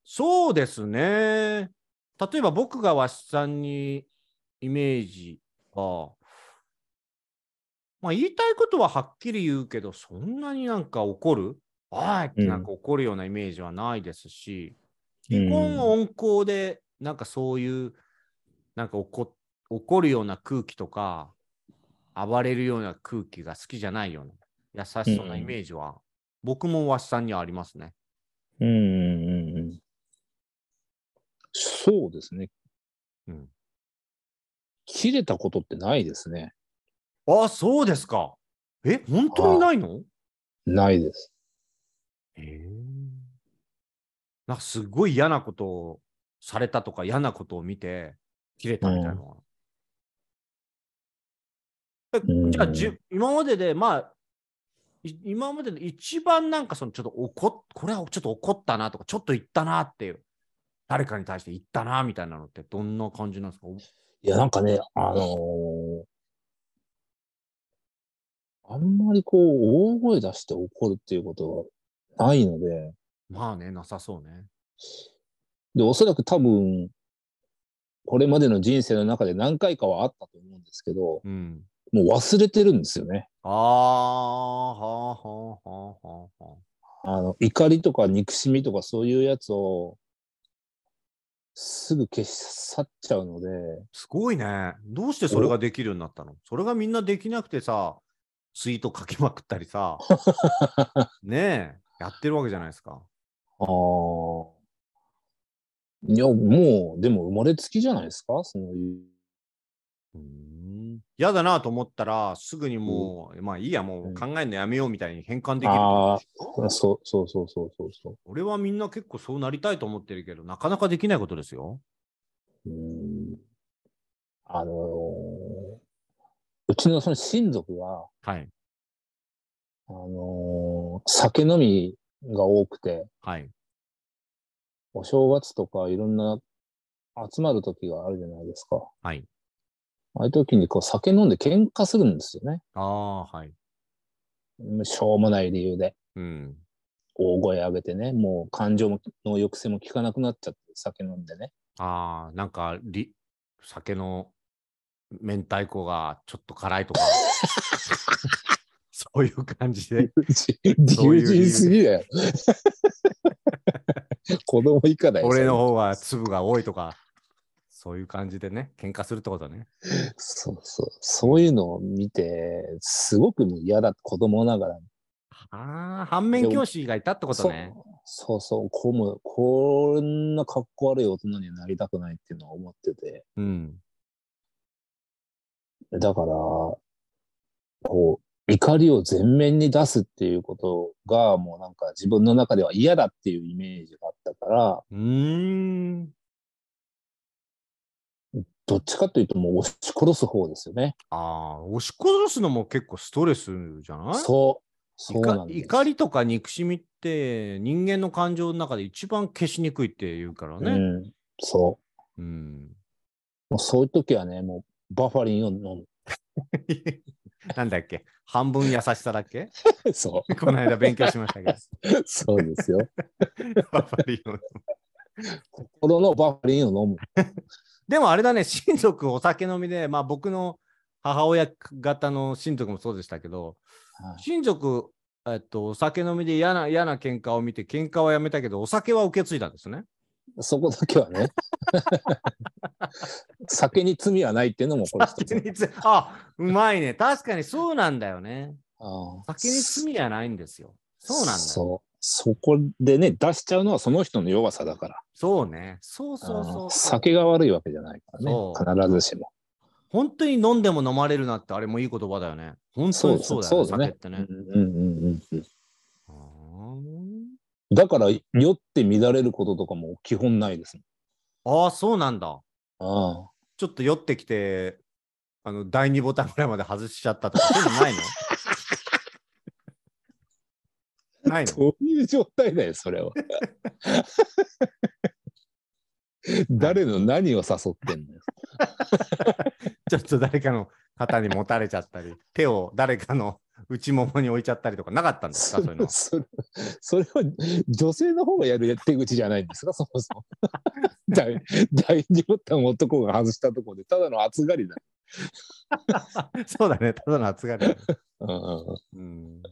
Speaker 1: そうですね。例えば僕がわしさんにイメージは、まあ言いたいことははっきり言うけど、そんなになんか怒るあいってなんか怒るようなイメージはないですし、
Speaker 2: うん
Speaker 1: 基本温厚で、なんかそういう、なんか怒っ怒るような空気とか、暴れるような空気が好きじゃないような、優しそうなイメージは、僕もわしさんにはありますね。
Speaker 2: うんうんうんうん。そうですね。
Speaker 1: うん。
Speaker 2: 切れたことってないですね。
Speaker 1: あ、そうですか。え、本当にないの
Speaker 2: ないです。
Speaker 1: ええ。なんかすごい嫌なことをされたとか嫌なことを見て、切れたみたいなのは。
Speaker 2: うん
Speaker 1: じゃあじゅ、今までで、まあ、い今までで一番なんかそのちょっと怒っ、これはちょっと怒ったなとか、ちょっと言ったなっていう、誰かに対して言ったなみたいなのってどんな感じなんですか
Speaker 2: いや、なんかね、あのーあんまりこう、大声出して怒るっていうことはないので、
Speaker 1: まあね、なさそうね。
Speaker 2: で、おそらく多分、これまでの人生の中で何回かはあったと思うんですけど、
Speaker 1: うん。
Speaker 2: もう忘れてるんですよね。
Speaker 1: ああ、はあはあはあはあはあ。
Speaker 2: あの、怒りとか憎しみとかそういうやつを、すぐ消し去っちゃうので、
Speaker 1: すごいね。どうしてそれができるようになったのそれがみんなできなくてさ、ツイート書きまくったり さ、ねえ、やってるわけじゃないですか。
Speaker 2: ああ。いや、もう、でも生まれつきじゃないですかそういう。
Speaker 1: 嫌だなと思ったら、すぐにもう、まあいいや、も
Speaker 2: う
Speaker 1: うん考えるのやめようみたいに変換できるって
Speaker 2: あ
Speaker 1: こと
Speaker 2: ー
Speaker 1: でしょ。
Speaker 2: そうそうそうそうそうそ
Speaker 1: 俺はみんな結構そうなりたいと思ってるけど、なかなかできないことですよ。
Speaker 2: う。うん。あのーうちのその親族が、
Speaker 1: はい。
Speaker 2: あのー酒飲みが多くて、
Speaker 1: はい。
Speaker 2: お正月とかいろんな集まる時があるじゃないですか。
Speaker 1: はい。
Speaker 2: ああいう時にこう酒飲んで喧嘩するんですよね。
Speaker 1: ああ、はい。
Speaker 2: うんしょうもない理由で。
Speaker 1: うん。
Speaker 2: 大声上げてね、もう感情もの抑制も効かなくなっちゃって、酒飲んでね。
Speaker 1: ああ、なんか、り、酒の明太子がちょっと辛いとか、 そういう感じ で。そうい
Speaker 2: 友
Speaker 1: う理由
Speaker 2: 人すぎだよ。 子供以下だよ。
Speaker 1: 俺の方が粒が多いとか、そういう感じでね、喧嘩するってことね。
Speaker 2: そうそう。そういうのを見て、すごくもう嫌だ、子供ながらに。
Speaker 1: ああ、反面教師がいたってことね。
Speaker 2: そうそうそう、こうも、こんな格好悪い大人にはなりたくないっていうのは思ってて。
Speaker 1: うん。
Speaker 2: だから、こう、怒りを前面に出すっていうことが、もうなんか自分の中では嫌だっていうイメージがあったから、
Speaker 1: うーん。
Speaker 2: どっちかというともう押し殺す方ですよね。
Speaker 1: ああ、押し殺すのも結構ストレスじゃない
Speaker 2: そう。そう
Speaker 1: 怒
Speaker 2: なんです。
Speaker 1: 怒りとか憎しみって人間の感情の中で一番消しにくいって言うから
Speaker 2: う
Speaker 1: ね。
Speaker 2: ん。そう。
Speaker 1: うん。
Speaker 2: もうそういう時はね、もうバファリンを飲
Speaker 1: なんだっけ半分優しさだっけ
Speaker 2: む。 そ
Speaker 1: この間勉強しましたけど。
Speaker 2: う。そうですよ。
Speaker 1: バファリンを
Speaker 2: 心のバファリンを飲む。
Speaker 1: でもあれだね、親族お酒飲みで、まあ僕の母親方の親族もそうでしたけど、
Speaker 2: はい
Speaker 1: 親族、えっと、お酒飲みで嫌な、嫌な喧嘩を見て、喧嘩はやめたけど、お酒は受け継いだんですね。
Speaker 2: そこだけはね。酒に罪はないっていうのもこれ一つ
Speaker 1: 酒につ あ、うまいね。確かにそうなんだよね。
Speaker 2: ああ
Speaker 1: 酒に罪はないんですよ。そうなんだよ。そう
Speaker 2: そう。そこでね、出しちゃうのはその人の弱さだから。
Speaker 1: ね。そうそう
Speaker 2: あ
Speaker 1: そ
Speaker 2: あ
Speaker 1: う。
Speaker 2: 酒が悪いわけじゃないから
Speaker 1: そ
Speaker 2: ね。必ずしも。
Speaker 1: 本当に飲んでも飲まれるなって、あれもいい言葉だよね。本当にそうだよね。
Speaker 2: そう
Speaker 1: 酒
Speaker 2: だ
Speaker 1: っ
Speaker 2: ね。
Speaker 1: て
Speaker 2: うん
Speaker 1: ね。
Speaker 2: うんうんうん。
Speaker 1: うーん
Speaker 2: だから、酔って乱れることとかも基本ないです
Speaker 1: ああ、そうなんだ。
Speaker 2: もん。ああ。
Speaker 1: ちょっと酔ってきて、あの、第二ボタンぐらいまで外しちゃったとか、そういうの ないのないの
Speaker 2: どういう状態だよ、そ れは。誰の何を誘ってんのよ。
Speaker 1: ちょっと誰かの肩に持たれちゃったり、手を誰かの内ももに置いちゃったりとかなかったんですか、そういうの。
Speaker 2: それそれは女性の方がやる手口じゃないんですか、そ もそも。第第二ボタンを男が外したところで、ただの暑がりだ。
Speaker 1: そうだね、ただの暑がりだね。
Speaker 2: うんうんうん
Speaker 1: うん。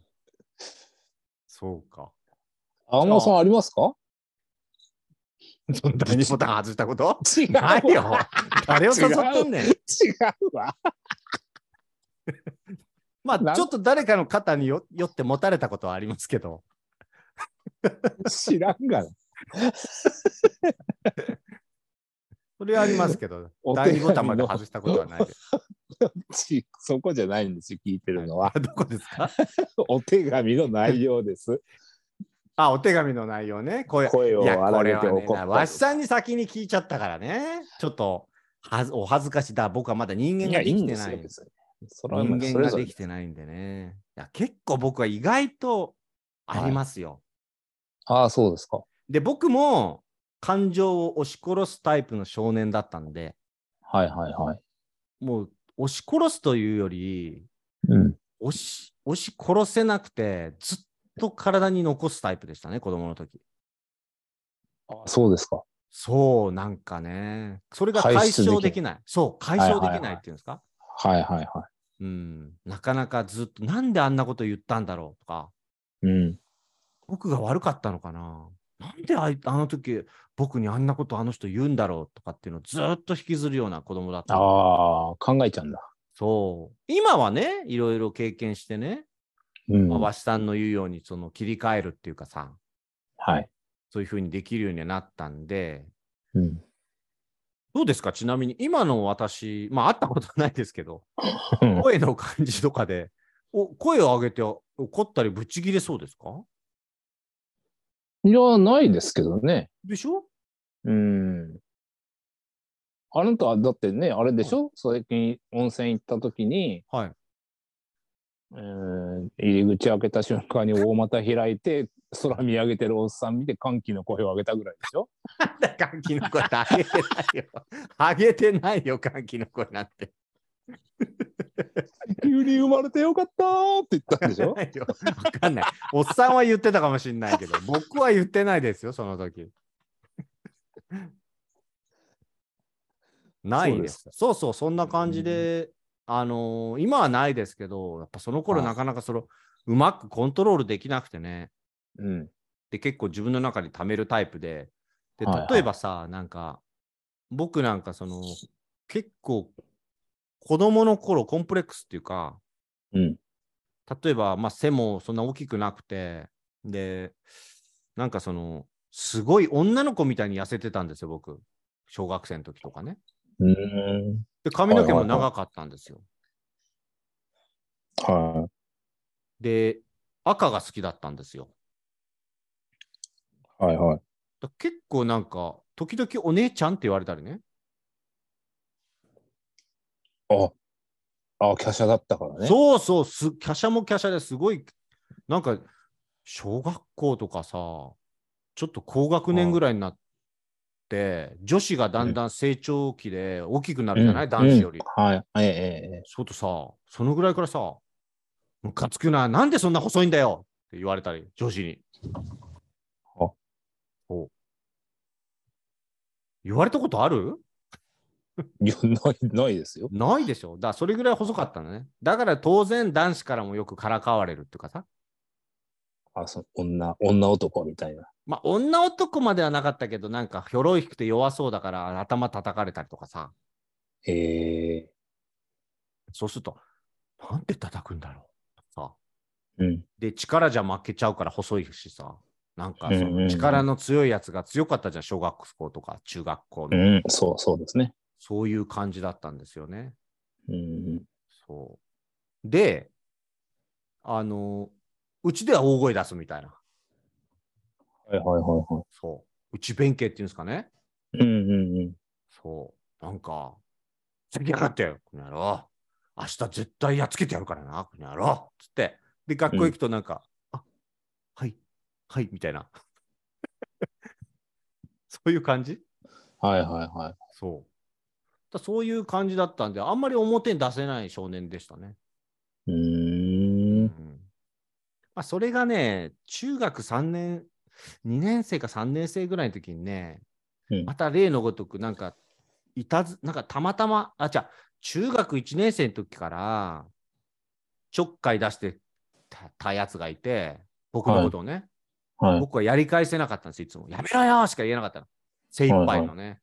Speaker 1: そうか。
Speaker 2: 青山さんありますか
Speaker 1: 第二ボタン外したこと
Speaker 2: 違
Speaker 1: ない よ。誰を誘ってんねん。
Speaker 2: 違うわ。
Speaker 1: ま
Speaker 2: な
Speaker 1: あ、
Speaker 2: ん
Speaker 1: ちょっと誰かの肩によよって持たれたことはありますけど、
Speaker 2: 知らんがな。
Speaker 1: それはありますけど、
Speaker 2: お手
Speaker 1: 第二
Speaker 2: 紙の
Speaker 1: ボタンまで外したことはないです。
Speaker 2: ちそこじゃないんですよ、聞いてるのは。
Speaker 1: あどこですか
Speaker 2: お手紙の内容です。
Speaker 1: あ、お手紙の内容ね。声
Speaker 2: 声を
Speaker 1: いやこ
Speaker 2: 荒
Speaker 1: れ
Speaker 2: げて
Speaker 1: はね
Speaker 2: 怒ったり。
Speaker 1: わしさんに先に聞いちゃったからね。ちょっとはずお恥ずかしだ。僕はまだ人間
Speaker 2: い
Speaker 1: が
Speaker 2: や、
Speaker 1: で
Speaker 2: いい
Speaker 1: き
Speaker 2: ん
Speaker 1: て
Speaker 2: で
Speaker 1: な
Speaker 2: す
Speaker 1: い。
Speaker 2: よ、別に。それはまあ
Speaker 1: 人間
Speaker 2: それ
Speaker 1: が
Speaker 2: ぞれ
Speaker 1: できてないんでね。いや結構僕は意外とありますよ。
Speaker 2: ああ、そうですか。
Speaker 1: で、僕も感情を押し殺すタイプの少年だったんで、
Speaker 2: はいはいはい。
Speaker 1: もう押し殺すというより、
Speaker 2: うん。
Speaker 1: 押し押し殺せなくて、ずっと体に残すタイプでしたね、子供の時
Speaker 2: ああそうですか。
Speaker 1: そう、なんかね。それが
Speaker 2: 排
Speaker 1: 解
Speaker 2: 出できない
Speaker 1: 消できない。そう、解消できないっていうんですか、
Speaker 2: はいはいは
Speaker 1: うん。なかなかずっと、なんであんなこと言ったんだろうとか、
Speaker 2: い。うん。
Speaker 1: 僕が悪かったのかな。なんであいあの時、僕にあんなことあの人言うんだろうとかっていうのをずっと引きずるような子供だった。
Speaker 2: ああ、考えちゃうんだ。
Speaker 1: そう。今はね、いろいろ経験してね、
Speaker 2: うん。
Speaker 1: まあ
Speaker 2: は
Speaker 1: わしさんの言うように、その切り替えるっていうかさ、
Speaker 2: い。
Speaker 1: そういうふうにできるようにはなったんで、
Speaker 2: うん。
Speaker 1: どうですかちなみに今の私、まあ会ったことはないですけど、声の感じとかで、お声を上げて怒ったりぶち切れそうですか
Speaker 2: いや、ないですけどね。
Speaker 1: でしょ
Speaker 2: うん。あなたはだってね、あれでしょ、最近温泉行った時に、
Speaker 1: はい。
Speaker 2: うん、入り口開けた瞬間に大股開いて、空見上げてるおっさん見て歓喜の声を上げたぐらい でしょ
Speaker 1: だから歓喜の声ってあげてないよ。あげてないよ、歓喜の声なんて。
Speaker 2: 急に生まれてよかったーって言ったんでし ょ
Speaker 1: ないよわかんない。おっさんは言ってたかもしれない けど、僕は言ってないですよ、その時。ないです。そうそう、そんな感じで、あのー今はないですけど、やっぱその頃
Speaker 2: はい
Speaker 1: なかなかその、うまくコントロールできなくてね。
Speaker 2: うん。
Speaker 1: で、結構自分の中に溜めるタイプで。で
Speaker 2: はいは、い
Speaker 1: 例えばさ、なんか、僕なんかその、結構、子供の頃コンプレックスっていうか、
Speaker 2: うん。
Speaker 1: 例えば、まあ、背もそんな大きくなくて、で、なんかその、すごい女の子みたいに痩せてたんですよ、僕。小学生の時とかね。
Speaker 2: うん。
Speaker 1: で、髪の毛
Speaker 2: は
Speaker 1: も
Speaker 2: いはいはい
Speaker 1: 長かったんですよ。
Speaker 2: は
Speaker 1: で、赤が好きだったんですよ。
Speaker 2: い。はいはい。
Speaker 1: だ結構なんか、時々お姉ちゃんって言われたりね。
Speaker 2: ああ、華奢だったからね。
Speaker 1: そうそうす、華奢も華奢ですごい、なんか、小学校とかさ、ちょっと高学年ぐらいになって、女子がだんだん成長期で大きくなるじゃない、
Speaker 2: うん
Speaker 1: 男子より。
Speaker 2: うんはい。ええええ。
Speaker 1: そうとさ、そのぐらいからさ、ムカつくな、なんでそんな細いんだよって言われたり、女子に。
Speaker 2: あ
Speaker 1: お言われたことある
Speaker 2: いや、ない、ないですよ。
Speaker 1: ないでしょ。だからそれぐらい細かったのね。だから当然男子からもよくからかわれるっていうかさ。
Speaker 2: あ、その女、女男みたいな。
Speaker 1: まあ女男まではなかったけど、なんかひょろいくて弱そうだから頭叩かれたりとかさ。
Speaker 2: へえ。
Speaker 1: そうすると、なんで叩くんだろうとかさ。
Speaker 2: うん。
Speaker 1: で、力じゃ負けちゃうから細いしさ、なんかそ
Speaker 2: うんうんう
Speaker 1: の
Speaker 2: ん
Speaker 1: 力の強いやつが強かったじゃん、小学校とか中学校
Speaker 2: う
Speaker 1: の、
Speaker 2: ん。そう、そうですね。
Speaker 1: そういう感じだったんですよね。
Speaker 2: うん。
Speaker 1: そうで、あの、うちでは大声出すみたいな、
Speaker 2: はいはいはいは
Speaker 1: そう、うち弁慶っていうんですかね、
Speaker 2: い。うんうんうん。
Speaker 1: そう、なんか、席上がってよ、この野郎、明日絶対やっつけてやるからな、この野郎、つって、で、学校行くとなんか、あはい、はい、みたいな、 そういう感じ
Speaker 2: はいはいはい。
Speaker 1: そう。だそういう感じだったんで、あんまり表に出せない少年でしたね。
Speaker 2: う
Speaker 1: う
Speaker 2: ー
Speaker 1: ん
Speaker 2: ん。
Speaker 1: まあ、それがね、中学3年、2年生か3年生ぐらいの時にね、
Speaker 2: うん
Speaker 1: また例のごとく、なんか、いたず、なんかたまたま、あ、じゃ中学1年生の時から、ちょっかい出してたたやつがいて、僕のことをね、
Speaker 2: はい。
Speaker 1: 僕はやり返せなかったんです、いつも。やめろよしか言えなかったの。精一杯のね。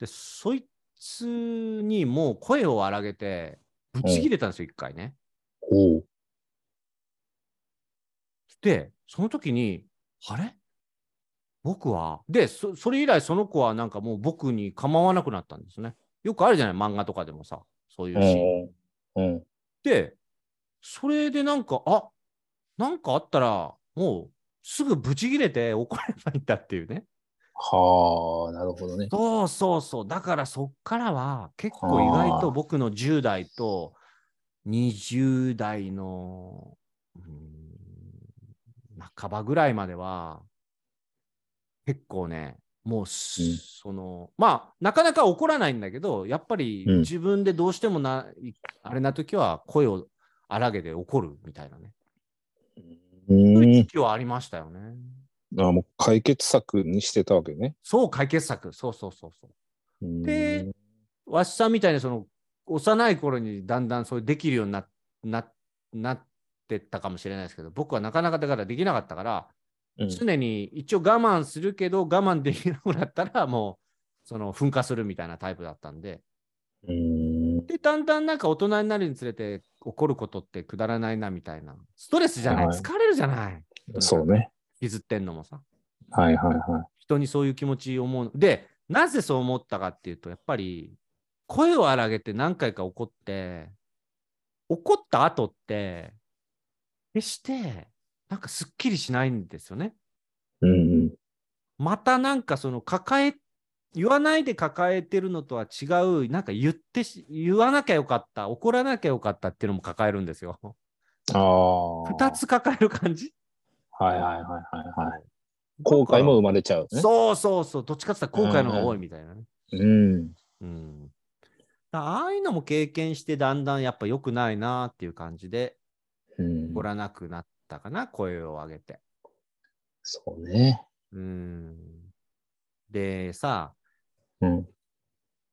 Speaker 1: で、そいつにもう声を荒げて、ぶち切れたんですよ、一回ね。
Speaker 2: おう。
Speaker 1: で、その時に、あれ僕はでそ、それ以来その子はなんかもう僕に構わなくなったんですね。よくあるじゃない、漫画とかでもさ、そういうシーン。
Speaker 2: うん。うん。
Speaker 1: で、それでなんか、あなんかあったら、もうすぐブチ切れて怒ればいいんだっていうね。
Speaker 2: はあ、なるほどね。
Speaker 1: そうそうそう。だからそっからは結構意外と僕の10代と20代の、うん半ばぐらいまでは結構ね、もうす、
Speaker 2: うん
Speaker 1: その、まあなかなか怒らないんだけど、やっぱり
Speaker 2: うん
Speaker 1: 自分でどうしてもな、いあれな時は声を荒げて怒るみたいなね。
Speaker 2: う
Speaker 1: そういう
Speaker 2: ー
Speaker 1: 時期はありましたよね。
Speaker 2: ん。あもう解決策にしてたわけね。
Speaker 1: そう解決策。そうそうそうそう。
Speaker 2: うーん
Speaker 1: で、わしさんみたいにその幼い頃にだんだんそうできるようになななってったかもしれないですけど僕はなかなかだからできなかったから、
Speaker 2: うん
Speaker 1: 常に一応我慢するけど我慢できなくなったらもうその噴火するみたいなタイプだったんで
Speaker 2: うーん。
Speaker 1: でだんだんなんか大人になるにつれて怒ることってくだらないなみたいなストレスじゃない、
Speaker 2: はい
Speaker 1: 疲れるじゃない
Speaker 2: そうね。
Speaker 1: 傷ってんのもさ
Speaker 2: はいはいは
Speaker 1: 人にそういう気持ちを思う。で、なぜそう思ったかっていうと、やっぱり声を荒げて何回か怒って、怒った後って、決して、なんかすっきりしないんですよね。
Speaker 2: い。うんうん。
Speaker 1: またなんかその抱え、言わないで抱えてるのとは違う、なんか言ってし、言わなきゃよかった、怒らなきゃよかったっていうのも抱えるんですよ。
Speaker 2: ああ。
Speaker 1: 二。つ抱える感じ
Speaker 2: はいはいはいはいはい。後悔も生まれちゃう、ね。
Speaker 1: そうそうそう。どっちかって言ったら後悔の方が多いみたいなね。
Speaker 2: うん。
Speaker 1: うん。だからああいうのも経験して、だんだんやっぱ良くないなっていう感じで、
Speaker 2: うん
Speaker 1: おらなくなったかな、声を上げて。
Speaker 2: そうね。
Speaker 1: うん。でさ、
Speaker 2: うん。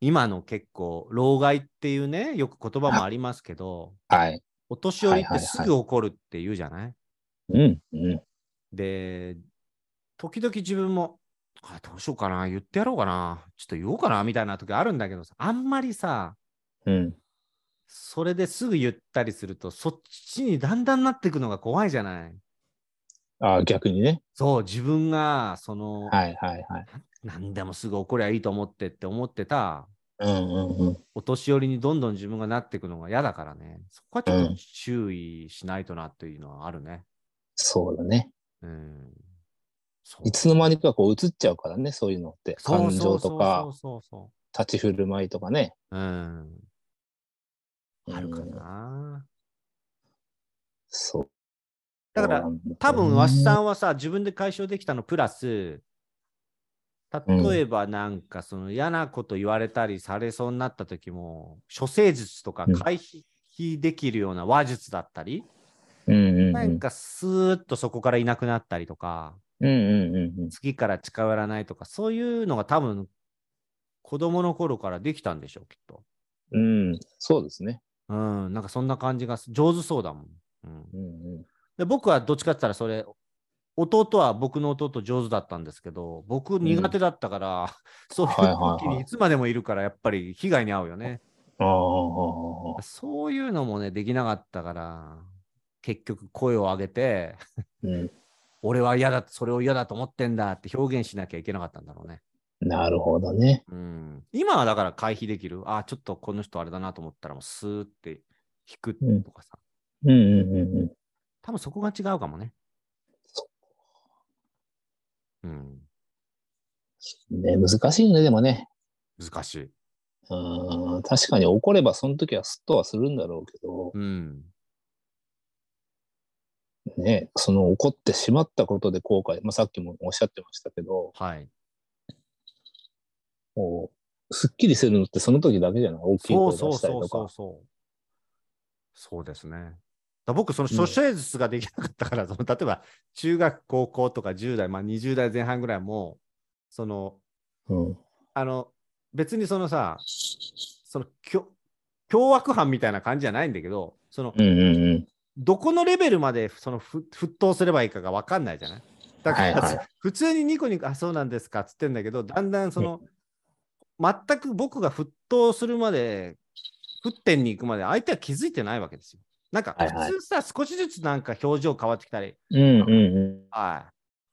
Speaker 1: 今の結構、老害っていうね、よく言葉もありますけど、
Speaker 2: はい。
Speaker 1: お年寄りって
Speaker 2: はいはい
Speaker 1: す
Speaker 2: はい
Speaker 1: ぐ怒るって言うじゃない
Speaker 2: うん。うん。
Speaker 1: で、時々自分も、あどうしようかな、言ってやろうかな、ちょっと言おうかな、みたいな時あるんだけどさ、あんまりさ、
Speaker 2: うん。
Speaker 1: それですぐ言ったりすると、そっちにだんだんなっていくのが怖いじゃない。
Speaker 2: ああ、逆にね。
Speaker 1: そう、自分が、その、
Speaker 2: はいはいはい。
Speaker 1: 何でもすぐ怒りゃいいと思ってって思ってた、
Speaker 2: うんうんうん。
Speaker 1: お年寄りにどんどん自分がなっていくのが嫌だからね、そこはちょっと注意しないとなっていうのはあるね。
Speaker 2: そうだね。
Speaker 1: うん。そう
Speaker 2: いつの間にかこう映っちゃうからね、そういうのって。
Speaker 1: そう
Speaker 2: 感情とか
Speaker 1: そう、そうそうそうそ
Speaker 2: 立ち振る舞いとかね。
Speaker 1: う。うん。あるか
Speaker 2: うん
Speaker 1: な。
Speaker 2: そう。
Speaker 1: だから
Speaker 2: そうなんだよね
Speaker 1: 多分、わしさんはさ、自分で解消できたのプラス、例えばなんかその嫌なこと言われたりされそうになった時も、処世術とか
Speaker 2: うん
Speaker 1: 回避できるような話術だったり、
Speaker 2: うんうん
Speaker 1: なんかスーッとそこからいなくなったりとか、
Speaker 2: うん。うんうんうんうん。
Speaker 1: 次から近寄らないとか、そういうのが多分子供の頃からできたんでしょう、きっと。
Speaker 2: うん、そうですね。
Speaker 1: うん、なんかそんな感じがす上手そうだもん。うん、
Speaker 2: うんうん、
Speaker 1: で僕はどっちかって言ったらそれ弟は僕の弟上手だったんですけど僕苦手だったから、 そういう
Speaker 2: はい
Speaker 1: 時
Speaker 2: はいは
Speaker 1: に
Speaker 2: い
Speaker 1: いつまでもいるからやっぱり被害に遭うよね、
Speaker 2: ああ、
Speaker 1: そういうのもねできなかったから結局声を上げて
Speaker 2: うん、
Speaker 1: 俺は嫌だそれを嫌だと思ってんだって表現しなきゃいけなかったんだろうね、
Speaker 2: なるほどね。
Speaker 1: うん、今はだから回避できるあちょっとこの人あれだなと思ったらもうスーって引くとかさ、
Speaker 2: うんうんうんうん。
Speaker 1: 多分そこが違うかもね
Speaker 2: そ
Speaker 1: うん
Speaker 2: ね、難しいね、でもね。
Speaker 1: 難しい
Speaker 2: うん、確かに怒ればその時はスッとはするんだろうけど、
Speaker 1: うん
Speaker 2: ね、その怒ってしまったことで後悔、まあ、さっきもおっしゃってましたけど、
Speaker 1: はい
Speaker 2: こう、すっきりするのってその時だけじゃない大きい
Speaker 1: そう
Speaker 2: 声
Speaker 1: そ
Speaker 2: 出
Speaker 1: う
Speaker 2: したり
Speaker 1: そう
Speaker 2: と
Speaker 1: そう
Speaker 2: か。
Speaker 1: そう。そうですね。だから僕、その諸生術ができなかったから、その例えば中学、高校とか10代、まあ、20代前半ぐらいも、その、
Speaker 2: うん。
Speaker 1: あの、別にそのさ、その強凶悪犯みたいな感じじゃないんだけど、その、
Speaker 2: うんうんうん。
Speaker 1: どこのレベルまでそのふ沸騰すればいいかが分かんないじゃない。だから、
Speaker 2: はいは
Speaker 1: 普通にニコニコ、あ、そうなんですかっつってんだけど、だんだんその、全く僕が沸騰するまで、沸点に行くまで相手は気づいてないわけですよ。なんか、
Speaker 2: はいはい
Speaker 1: 普通さ、少しずつなんか表情変わってきたり、
Speaker 2: うんうん
Speaker 1: は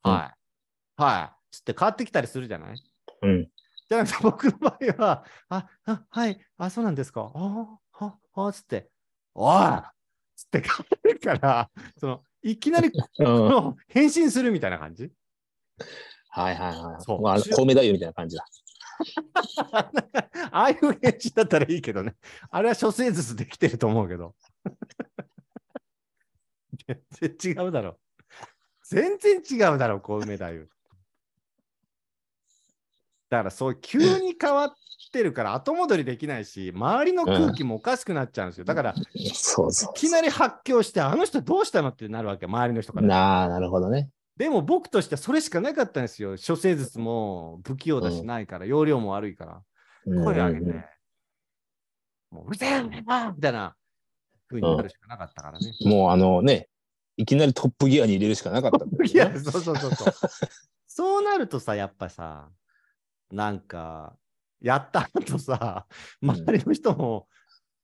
Speaker 1: い、はい、はい、つって変わってきたりするじゃない
Speaker 2: うん。うん。
Speaker 1: じゃなくて僕の場合は、あ、あはい、あ、そうなんですか。ああ、ああ、つって、おいつって変わるから、その、いきなりこ
Speaker 2: うん。
Speaker 1: の変身するみたいな感じ
Speaker 2: はいはいはい。
Speaker 1: そう
Speaker 2: まあ、コウメ太夫みたいな感じだ。
Speaker 1: ああいう変身だったらいいけどね。あれは諸生術できてると思うけど。 全然違うだろう。全然違うだろう、小梅太夫。だからそう急に変わってるから後戻りできないし周りの空気もおかしくなっちゃうんですよだからい
Speaker 2: そうそう。
Speaker 1: きなり発狂してあの人どうしたのってなるわけ周りの人から
Speaker 2: なあ、なるほどね。
Speaker 1: でも僕としてはそれしかなかったんですよ処世術も不器用だしないから容量も悪いから
Speaker 2: うん
Speaker 1: 声上げ
Speaker 2: うん
Speaker 1: て
Speaker 2: うん、
Speaker 1: もううるせえんだよみたいな風になるしかなかったからね。
Speaker 2: もうあのね、いきなりトップギアに入れるしかなかったんだよね
Speaker 1: いや、そうそうそうそう。そうなるとさ、やっぱさ、なんか、やった後さ、
Speaker 2: うん
Speaker 1: 周りの人も、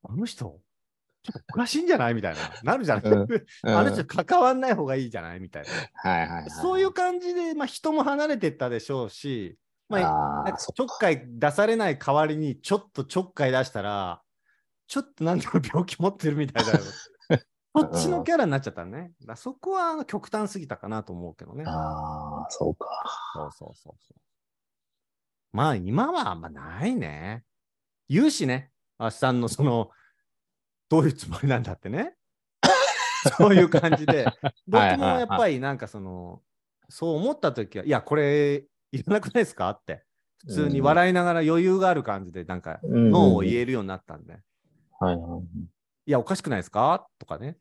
Speaker 1: あの人、ちょっとおかしいんじゃないみたいな、なるじゃない、
Speaker 2: ううん
Speaker 1: あの人関わんない方がいいじゃないみたいな。
Speaker 2: はいはいはい。
Speaker 1: そういう感じで、まあ、人も離れてったでしょうし、まあ、な
Speaker 2: あ
Speaker 1: ん
Speaker 2: あ
Speaker 1: か
Speaker 2: そ
Speaker 1: ちょっかい出されない代わりに、ちょっとちょっかい出したら、ちょっとなんでも病気持ってるみたいだよ。こっちのキャラになっちゃったね。だからそこはあの極端すぎたかなと思うけどね。
Speaker 2: ああ、そうか。
Speaker 1: そうそうそうそう。まあ今はあんまないね。 言うしね、あっさんのその、どういうつもりなんだってね。そういう感じで、僕
Speaker 2: はい
Speaker 1: もやっぱりなんかその、そう思った時は、いや、これいらなくないですかって、普通に笑いながら余裕がある感じで、なんか、ノーを言えるようになったんで、
Speaker 2: はいはい
Speaker 1: いや、おかしくないですかとかね。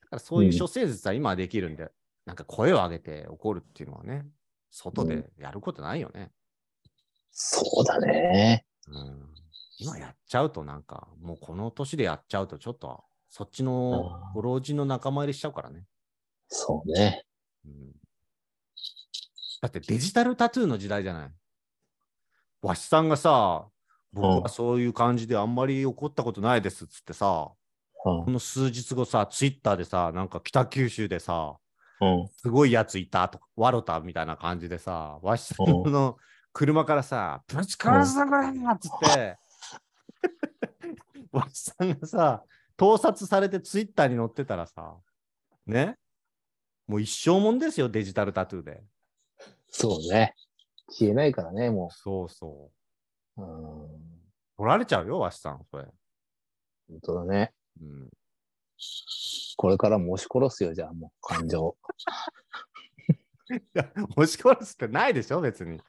Speaker 1: だからそういううん諸生術は今はできるんで、なんか声を上げて怒るっていうのはね、外でやることないよね。
Speaker 2: そうだね。
Speaker 1: うん、今やっちゃうとなんか、もうこの年でやっちゃうとちょっと、そっちの
Speaker 2: あー
Speaker 1: ご老人の仲間入りしちゃうからね。
Speaker 2: そうね。
Speaker 1: うんだってデジタルタトゥーの時代じゃない。わしさんがさ、僕はそういう感じであんまり怒ったことないですっつってさ、
Speaker 2: うん
Speaker 1: この数日後さ、ツイッターでさ、なんか北九州でさ、
Speaker 2: うん
Speaker 1: すごいやついたとか、わろたみたいな感じでさ、わしさん
Speaker 2: う
Speaker 1: の車からさ、ぶち殺すぞこれっつって、わしさんがさ、盗撮されてツイッターに載ってたらさ、ね、もう一生もんですよ、デジタルタトゥーで。
Speaker 2: そうね。消えないからね、も。
Speaker 1: そうそう
Speaker 2: うん
Speaker 1: う。取られちゃうよ、わしさん、それ。
Speaker 2: 本当だね。
Speaker 1: うん、
Speaker 2: これからも押し殺すよ、じゃあもう、感情。
Speaker 1: いや押し殺すってないでしょ、別に。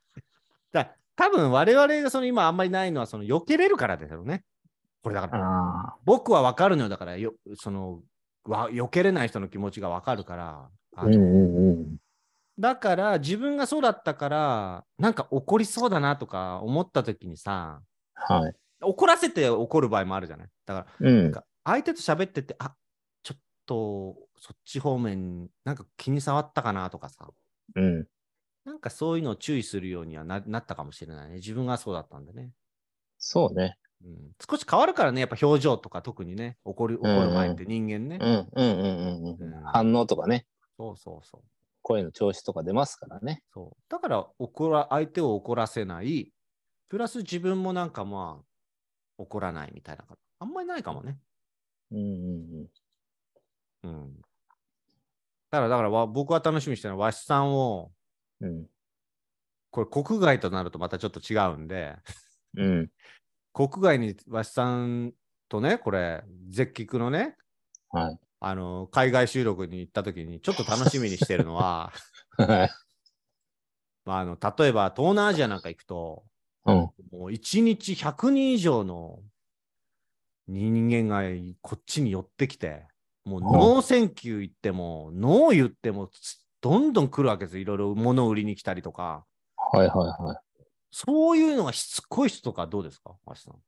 Speaker 1: だ多分我々がその今あんまりないのは、その避けれるからだよね。これだから。
Speaker 2: あ
Speaker 1: 僕は分かるのよだからよそのわ避けれない人の気持ちが分かるから、あ
Speaker 2: あ。
Speaker 1: の
Speaker 2: うんうんうん。
Speaker 1: だから自分がそうだったからなんか怒りそうだなとか思った時にさ
Speaker 2: はい。
Speaker 1: 怒らせて怒る場合もあるじゃないだから
Speaker 2: うん。
Speaker 1: 相手と喋っててあちょっとそっち方面なんか気に障ったかなとかさ
Speaker 2: うん。
Speaker 1: なんかそういうのを注意するようにはななったかもしれないね自分がそうだったんでね、
Speaker 2: そうね。
Speaker 1: うん、少し変わるからねやっぱ表情とか特にね怒る怒る前って人間ね、
Speaker 2: うんうんうんうんう
Speaker 1: うん
Speaker 2: ん。反応とかね、
Speaker 1: そうそうそう
Speaker 2: 声の調子とか出ますからね。
Speaker 1: そう。だから怒ら、相手を怒らせない、プラス自分もなんかまあ、怒らないみたいな。あんまりないかもね。
Speaker 2: うんうんうん。
Speaker 1: うん。だから、だからわ僕は楽しみにしてるのは、和紙さんを、
Speaker 2: うん。
Speaker 1: これ国外となるとまたちょっと違うんで、
Speaker 2: うん。
Speaker 1: 国外に和紙さんとね、これ、絶菊のね、
Speaker 2: はい。
Speaker 1: あの、海外収録に行った時に、ちょっと楽しみにしてるの は、
Speaker 2: はい。
Speaker 1: まあ、あの、例えば東南アジアなんか行くと、
Speaker 2: うん。
Speaker 1: もう1日100人以上の人間がこっちに寄ってきて、もう
Speaker 2: は
Speaker 1: ノーセンキュー言っても、ノー言ってもつ、どんどん来るわけですよ。いろいろ物を売りに来たりとか。
Speaker 2: はいはいはい。
Speaker 1: そういうのがしつこい人とかどうですか橋さん。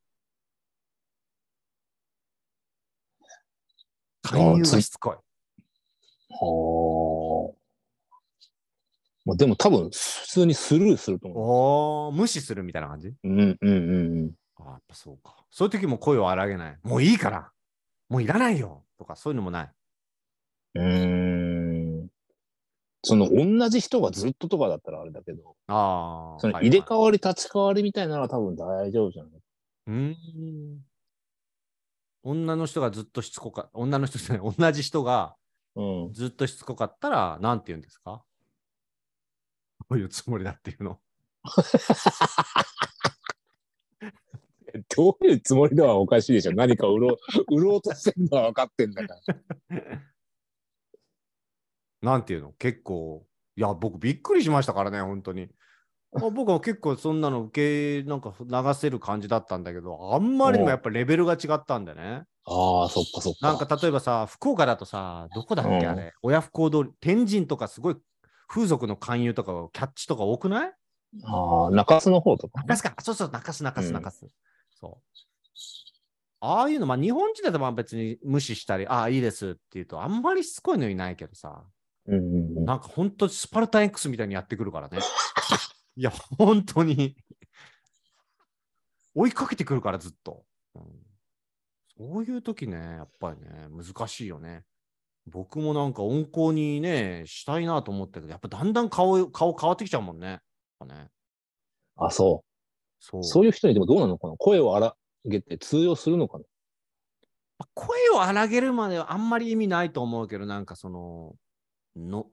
Speaker 1: 勧誘がしつこい。
Speaker 2: ほー。まあ、でも多分、普通にスルーすると思
Speaker 1: おー無視するみたいな感じ
Speaker 2: う。うんうんうんうん。
Speaker 1: あーやっぱそうか。そういう時も声を荒げない。もういいからもういらないよとか、そういうのもない。
Speaker 2: うーんその同じ人がずっととかだったらあれだけど、
Speaker 1: ああ。
Speaker 2: その
Speaker 1: はい
Speaker 2: 入れ
Speaker 1: はい
Speaker 2: 替わり立ち替わりみたいなのは多分大丈夫じゃない、
Speaker 1: うーん。女の人がずっとしつこか、女の人じゃない、同じ人が
Speaker 2: うん。
Speaker 1: ずっとしつこかったら、なんて言うんですかどういうつもりだっていうの。
Speaker 2: どういうつもりではおかしいでしょ。何か売ろう、 売ろうとしてるのは分かってんだから。
Speaker 1: なんていうの結構、いや、僕びっくりしましたからね、本当に。あ 僕は結構そんなの受け、なんか流せる感じだったんだけど、あんまりにもやっぱレベルが違ったんでね。
Speaker 2: ああ、そっかそっか。
Speaker 1: なんか例えばさ、福岡だとさ、どこだっけ、
Speaker 2: うん
Speaker 1: あれ、親不孝通り、天神とかすごい風俗の勧誘とかキャッチとか多くない
Speaker 2: ああ、中洲の方とか。
Speaker 1: 中洲か。そうそう、中洲、中
Speaker 2: う
Speaker 1: 洲、
Speaker 2: ん
Speaker 1: 中洲。そう。ああいうの、まあ日本人だとまあ別に無視したり、ああ、いいですって言うと、あんまりしつこいのいないけどさ、
Speaker 2: うんうんうん。
Speaker 1: なんか本当スパルタン X みたいにやってくるからね。 いや、本当に。追いかけてくるから、ずっと、うんそういう時ね、やっぱりね、難しいよね。僕もなんか温厚にね、したいなと思ったけど、やっぱだんだん顔、顔変わってきちゃうもんね。やっぱね
Speaker 2: あそ
Speaker 1: そう
Speaker 2: う。そういう人にでもどうなのかな声を荒げて通用するのかな
Speaker 1: まあ声を荒げるまではあんまり意味ないと思うけど、なんかその、の、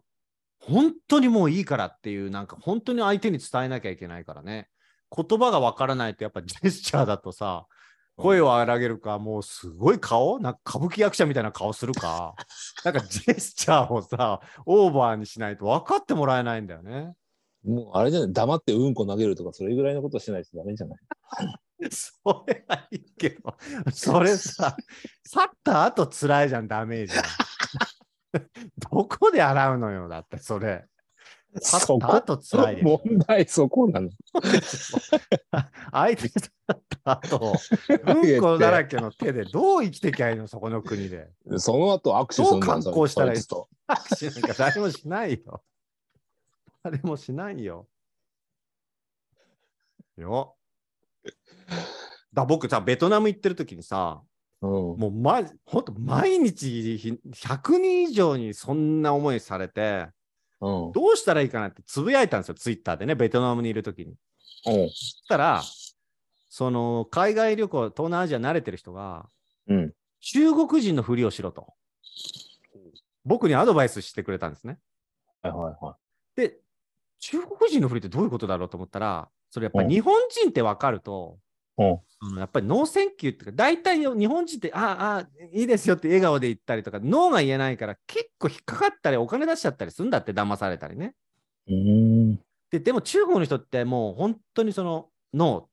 Speaker 1: 本当にもういいからっていう、なんか本当に相手に伝えなきゃいけないからね。言葉がわからないと、やっぱジェスチャーだとさ、声を荒げるか、もうすごい顔なんか歌舞伎役者みたいな顔するか、なんかジェスチャーをさ、オーバーにしないと分かってもらえないんだよね。
Speaker 2: もうあれじゃない、黙ってうんこ投げるとか、それぐらいのことしないとダメじゃない。
Speaker 1: それはいいけど、それさ、去った後辛いじゃん、ダメージが。 どこで洗うのよ、だってそれ。去っ
Speaker 2: そ
Speaker 1: た
Speaker 2: こ、
Speaker 1: 後辛いでしょ
Speaker 2: 問題そこなの。
Speaker 1: 相手となった 後、うんこだらけの手でどう生きてきゃいいの、そこの国で。
Speaker 2: その後握手するんだ
Speaker 1: どう観光したらいい
Speaker 2: そつと。
Speaker 1: 握手なんか誰もしないよ。誰もしないよ。よ。だ僕さ、ベトナム行ってる時にさ、
Speaker 2: うん。
Speaker 1: もう、ま、ほんと毎日ひ100人以上にそんな思いされて、
Speaker 2: うん。
Speaker 1: どうしたらいいかなってつぶやいたんですよ、ツイッターでね、ベトナムにいる時に。
Speaker 2: うん。
Speaker 1: そしたら、その海外旅行、東南アジア慣れてる人が、
Speaker 2: うん。
Speaker 1: 中国人のふりをしろと、僕にアドバイスしてくれたんですね。
Speaker 2: はいはいは
Speaker 1: で、中国人のふりってどういうことだろうと思ったら、それやっぱ
Speaker 2: うん
Speaker 1: 日本人って分かると、
Speaker 2: うん
Speaker 1: そのやっぱりノーセンキューっていうか、大体日本人って、ああ、ああいいですよって笑顔で言ったりとか、ノーが言えないから、結構引っかかったり、お金出しちゃったりするんだって、騙されたりね。
Speaker 2: い。うん。
Speaker 1: で、でも中国の人ってもう本当にその、ノーっ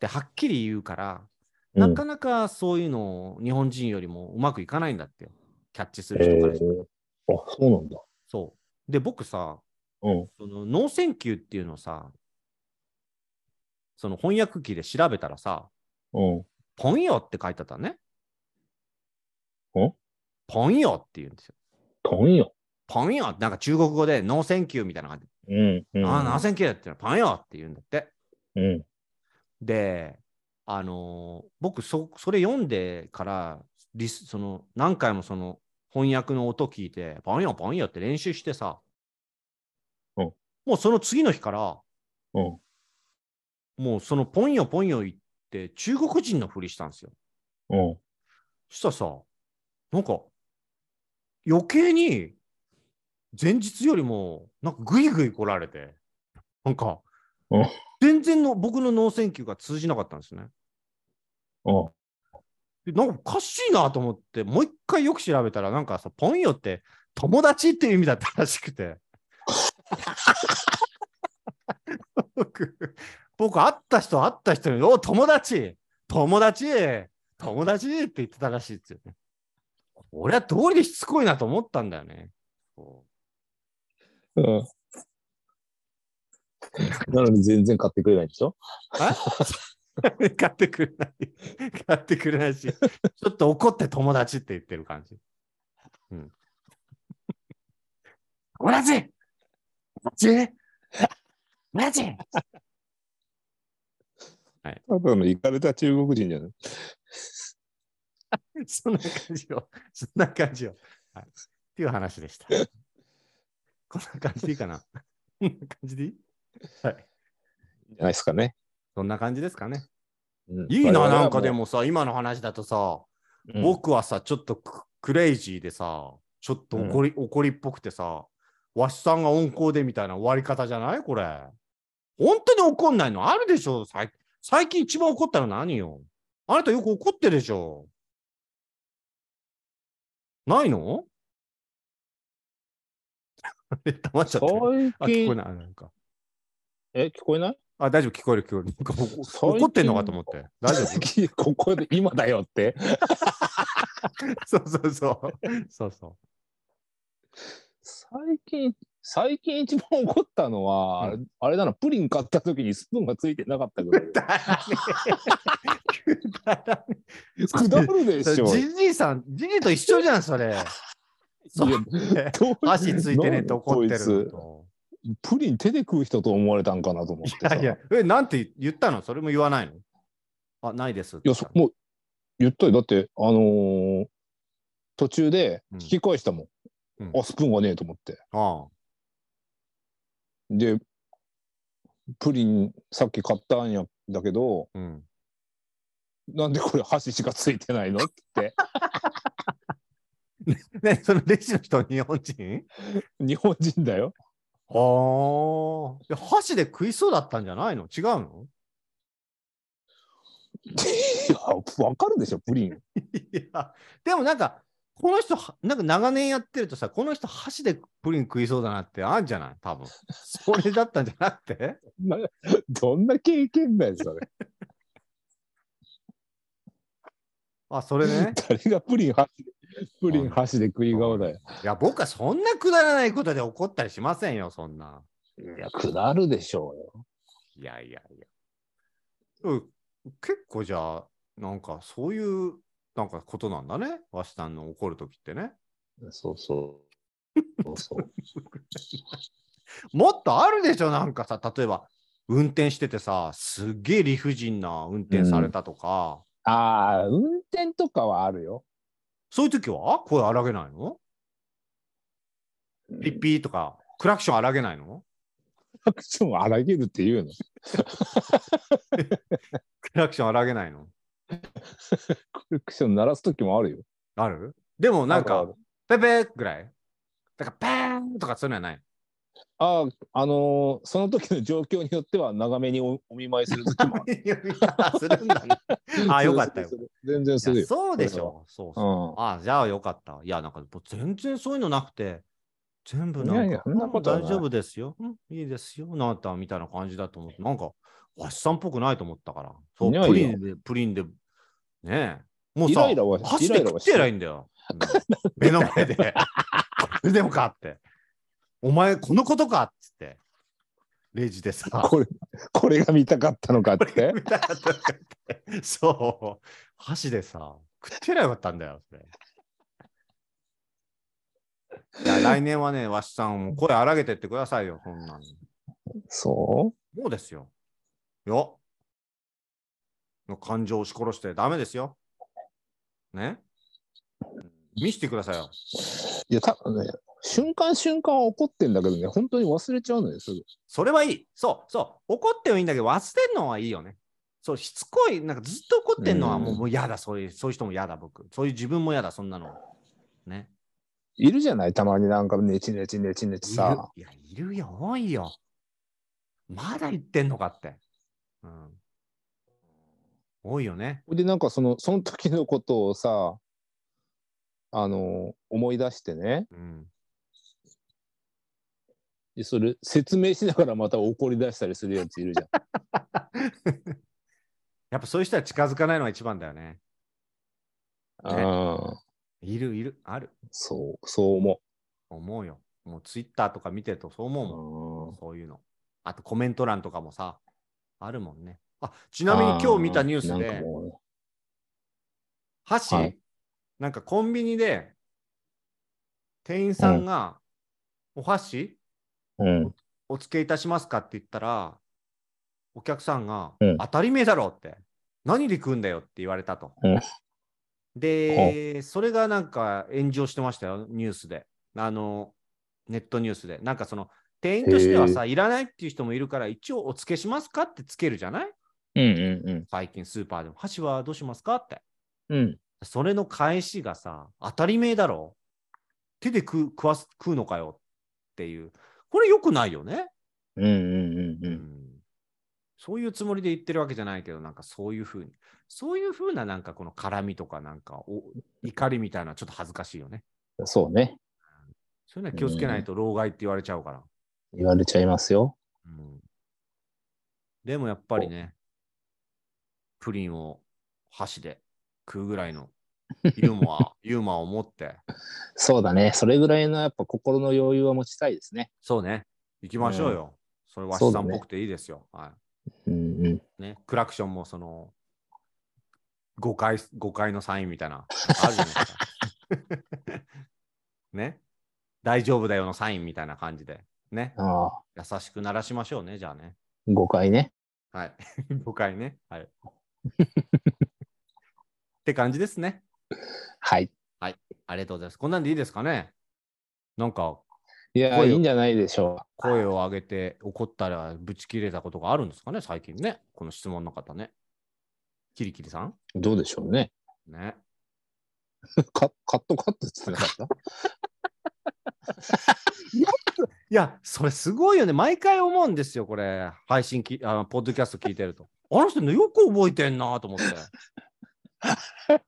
Speaker 1: てはっきり言うから、なかなかそういうのを日本人よりもうまくいかないんだってよ。キャッチする人からして
Speaker 2: えーあ、そうなんだ。
Speaker 1: そう。で、僕さ、
Speaker 2: うん。
Speaker 1: その脳選球っていうのをさ、その翻訳機で調べたらさ、
Speaker 2: うん。
Speaker 1: ポンヨって書いてあったね。
Speaker 2: ん
Speaker 1: ポンヨって言うんですよ。
Speaker 2: とんよ。
Speaker 1: ポンヨってなんか中国語で脳選球みたいな感じ。
Speaker 2: うん。うん
Speaker 1: ああ、脳選球ってのはポンヨって言うんだって。
Speaker 2: うん。
Speaker 1: で、あのー僕そ、それ読んでから、リスその何回もその翻訳の音聞いて、ポンヨポンヨって練習してさ、
Speaker 2: うん
Speaker 1: もうその次の日から、
Speaker 2: うん。
Speaker 1: もうそのポンヨポンヨ言って中国人のふりしたんですよ。
Speaker 2: うん。
Speaker 1: そしたらさ、なんか余計に前日よりもなんかグイグイ来られて、なんか
Speaker 2: うん
Speaker 1: 全然の僕の脳選球が通じなかったんですね。
Speaker 2: うん。
Speaker 1: でなんかおかしいなと思って、もう一回よく調べたら、なんかさ、ポンヨって友達っていう意味だったらしくて。僕、僕会った人会った人に、お友達友達友達って言ってたらしいですよね。俺はどうりでしつこいなと思ったんだよね。こ
Speaker 2: うん。なのに全然買ってくれないんでしょ
Speaker 1: う あ買ってくれない。買ってくれないし、ちょっと怒って友達って言ってる感じ。うん。友達友達友達
Speaker 2: ただの行かれた中国人じゃない
Speaker 1: そんな感じよ。そんな感じよ。はい、っていう話でした。こんな感じでいいかな。こんな感じでいいはい。
Speaker 2: じゃないですかね。
Speaker 1: そんな感じですかね。
Speaker 2: うん
Speaker 1: いいな、
Speaker 2: 我々は
Speaker 1: な
Speaker 2: うん
Speaker 1: かでもさ、今の話だとさ、
Speaker 2: うん、
Speaker 1: 僕はさ、ちょっとククレイジーでさ、ちょっと怒り,、怒りっぽくてさ、わしさんが温厚でみたいな終わり方じゃないこれ。本当に怒んないのあるでしょ最最近一番怒ったの何よあなたよく怒ってるでしょないの え黙っちゃった。あ、
Speaker 2: 最
Speaker 1: 聞こえ
Speaker 2: 近、
Speaker 1: ない。なんか。
Speaker 2: え、 聞こえない
Speaker 1: あ、大丈夫、聞こえる、聞こえる。なんか
Speaker 2: 最近
Speaker 1: 怒ってんのかと思って。大丈夫
Speaker 2: ここで今だよって。
Speaker 1: そうそうそう。そう そう。
Speaker 2: 最近、最近一番怒ったのは、
Speaker 1: う
Speaker 2: あれだな、プリン買った時にスプーンがついてなかった ぐらい。
Speaker 1: だらねくだらね
Speaker 2: くだるでしょ。
Speaker 1: じじいさん、じじいと一緒じゃん、そ れ。そう
Speaker 2: いやどう
Speaker 1: 足ついてねって怒って
Speaker 2: こ
Speaker 1: るの
Speaker 2: いつ
Speaker 1: と。
Speaker 2: プリン手で食う人と思われたんかなと思っ
Speaker 1: い
Speaker 2: てさ
Speaker 1: やいや、え、なんて言ったのそれも言わないのあ、ないです。
Speaker 2: いやそもう言ったよだってあのー途中で
Speaker 1: うん
Speaker 2: 引き返したもん、
Speaker 1: うん
Speaker 2: あスプーンがねえと思って
Speaker 1: あ
Speaker 2: でプリンさっき買ったんやだけど
Speaker 1: あうん。
Speaker 2: なんでこれ箸しかついてないのって
Speaker 1: ね、そのレジの人、日本人
Speaker 2: 日本人だよ
Speaker 1: ああ。いや箸で食いそうだったんじゃないの違うの
Speaker 2: いや、 わかるでしょ、プリン。
Speaker 1: いや、でもなんか、この人は、なんか長年やってるとさ、この人箸でプリン食いそうだなってあるんじゃない多分。それだったんじゃなくて
Speaker 2: などんな経験だよ、それ。
Speaker 1: あ、それね。
Speaker 2: 誰がプリン箸で、プリン箸で食い顔だよ。
Speaker 1: いや、僕はそんなくだらないことで怒ったりしませんよ、そんな。
Speaker 2: いや、下るでしょうよ。
Speaker 1: いやいやいや。うん結構じゃあ、なんかそういう、なんかことなんだね。わしさんの怒るときってね。
Speaker 2: そうそう。そうそう。
Speaker 1: もっとあるでしょ、なんかさ、例えば、運転しててさ、すっげえ理不尽な運転されたとか、
Speaker 2: ああ、運転とかはあるよ。
Speaker 1: そういう時は声荒げないのピッピーとか、クラクション荒げないの
Speaker 2: アクションを荒げるっていうの。
Speaker 1: クラクション荒げないの
Speaker 2: クラクション鳴らす時もあるよ。
Speaker 1: あるでもなん
Speaker 2: あ
Speaker 1: か
Speaker 2: る、
Speaker 1: ペペーぐらいだから、パーンとかそういうのはない。
Speaker 2: あるあ、あのーその時の状況によっては長めにおお見舞いする時もある。
Speaker 1: するんだね。 あ、よかったよ
Speaker 2: す。るする全然す
Speaker 1: い
Speaker 2: る
Speaker 1: や
Speaker 2: よ。
Speaker 1: そうでしょ。そうそう。
Speaker 2: う
Speaker 1: あじゃあよかった。いや、なんかもう全然そういうのなくて、全部なんか、
Speaker 2: いやいやそんなことは
Speaker 1: 大
Speaker 2: ない
Speaker 1: 丈夫ですよ、うん。いいですよ。なたみたいな感じだと思って、なんか、わしさんっぽくないと思ったから。そう、
Speaker 2: いやいや
Speaker 1: プリンで、プリンで、ねえ。もう
Speaker 2: イ
Speaker 1: さ
Speaker 2: ライラは、
Speaker 1: 箸
Speaker 2: イ
Speaker 1: で
Speaker 2: ライラ
Speaker 1: 食
Speaker 2: は
Speaker 1: ってやりゃいいんだよ。うん目の前で。 それでもかって。お前、このことかっつって。レジでさ。
Speaker 2: これ、 これが見たかったのかって。
Speaker 1: みたいなとかって そう。箸でさ、食ってりゃよかったんだよ、それ。いや、来年はね、わしさん、もう声荒げてってくださいよ、そんなの。
Speaker 2: そ
Speaker 1: もうですよ。よ。の感情を押し殺してダメですよ。ね見せてくださいよ。
Speaker 2: ういや、たぶね、瞬間瞬間は怒ってんだけどね、本当に忘れちゃうのよ、すぐ。
Speaker 1: それはいい。そうそう。怒ってもいいんだけど、忘れんのはいいよね。そう、しつこい、なんかずっと怒ってんのはもう,、
Speaker 2: うん
Speaker 1: もう嫌だ、そういう、そういう人も嫌だ、僕。そういう自分も嫌だ、そんなの。ね。
Speaker 2: いるじゃない、たまになんかネチネチネチネチさ。
Speaker 1: いるいや、いるよ、多いよ。まだ言ってんのかって。うん。多いよね。
Speaker 2: で、なんかその、その時のことをさ、あの、思い出してね、
Speaker 1: うん。
Speaker 2: でそれ説明しながらまた怒り出したりするやついるじゃん。
Speaker 1: やっぱそういう人は近づかないのが一番だよね。 ね
Speaker 2: ああ、
Speaker 1: いる、いる、ある。
Speaker 2: そう、そう思
Speaker 1: 思うよ。もうツイッターとか見てるとそう思うもん。
Speaker 2: う。うん
Speaker 1: そういうの。あとコメント欄とかもさ、あるもんね。あちなみに今日見たニュース
Speaker 2: あなんか
Speaker 1: で、
Speaker 2: もうね
Speaker 1: 箸、
Speaker 2: はい
Speaker 1: なんかコンビニで店員さんが、お箸
Speaker 2: うん、
Speaker 1: お付けいたしますかって言ったら、お客さんが、
Speaker 2: うん
Speaker 1: 当たり前だろって、何で食うんだよって言われたと。
Speaker 2: うん
Speaker 1: で、それがなんか炎上してましたよ、ニュースで。あの、ネットニュースで。なんかその、店員としてはさ、いらないっていう人もいるから、一応お付けしますかってつけるじゃない
Speaker 2: うんうんうん
Speaker 1: 最近スーパーでも、箸はどうしますかって。
Speaker 2: うん
Speaker 1: それの返しがさ、当たり前だろ手で食う食わす食うのかよっていう。これ良くないよね。
Speaker 2: うんうんうんう
Speaker 1: うんんそういうつもりで言ってるわけじゃないけど、なんかそういうふうに、そういうふうななんかこの絡みとか、なんかお怒りみたいなのはちょっと恥ずかしいよね。
Speaker 2: そうね
Speaker 1: そういうのは気をつけないと、老害って言われちゃうから。
Speaker 2: 言われちゃいますよ
Speaker 1: うんでもやっぱりね、プリンを箸で食うぐらいのユーモ ア、ユーモアを持って、
Speaker 2: そうだねそれぐらいのやっぱ心の余裕は持ちたいですね
Speaker 1: そうね、行きましょうよ。それ、わ
Speaker 2: そ
Speaker 1: し
Speaker 2: う
Speaker 1: さ
Speaker 2: だ
Speaker 1: んっ
Speaker 2: ね
Speaker 1: ぽくていいですよ。はい
Speaker 2: うんうん
Speaker 1: ね、クラクションもその、誤解、誤解のサインみたいな、あるじゃないですか。 ね、大丈夫だよのサインみたいな感じで、ね、
Speaker 2: ああ
Speaker 1: 優しく鳴らしましょうね、じゃあね。
Speaker 2: 誤解ね
Speaker 1: はい。 誤解ね。はい。って感じですね。
Speaker 2: はい
Speaker 1: ありがとうございます。こんなんでいいですかねなんか、
Speaker 2: いや
Speaker 1: 声を
Speaker 2: いいんじゃないでしょう
Speaker 1: 声を上げて怒ったらぶち切れたことがあるんですかね、最近ね。この質問の方ね。キリキリさん
Speaker 2: どうでしょうね
Speaker 1: ね。
Speaker 2: カカットカットっつってなかった
Speaker 1: いや、それすごいよね。毎回思うんですよ、これ。配信き、あポッドキャスト聞いてると。あの人のよく覚えてんなと思って。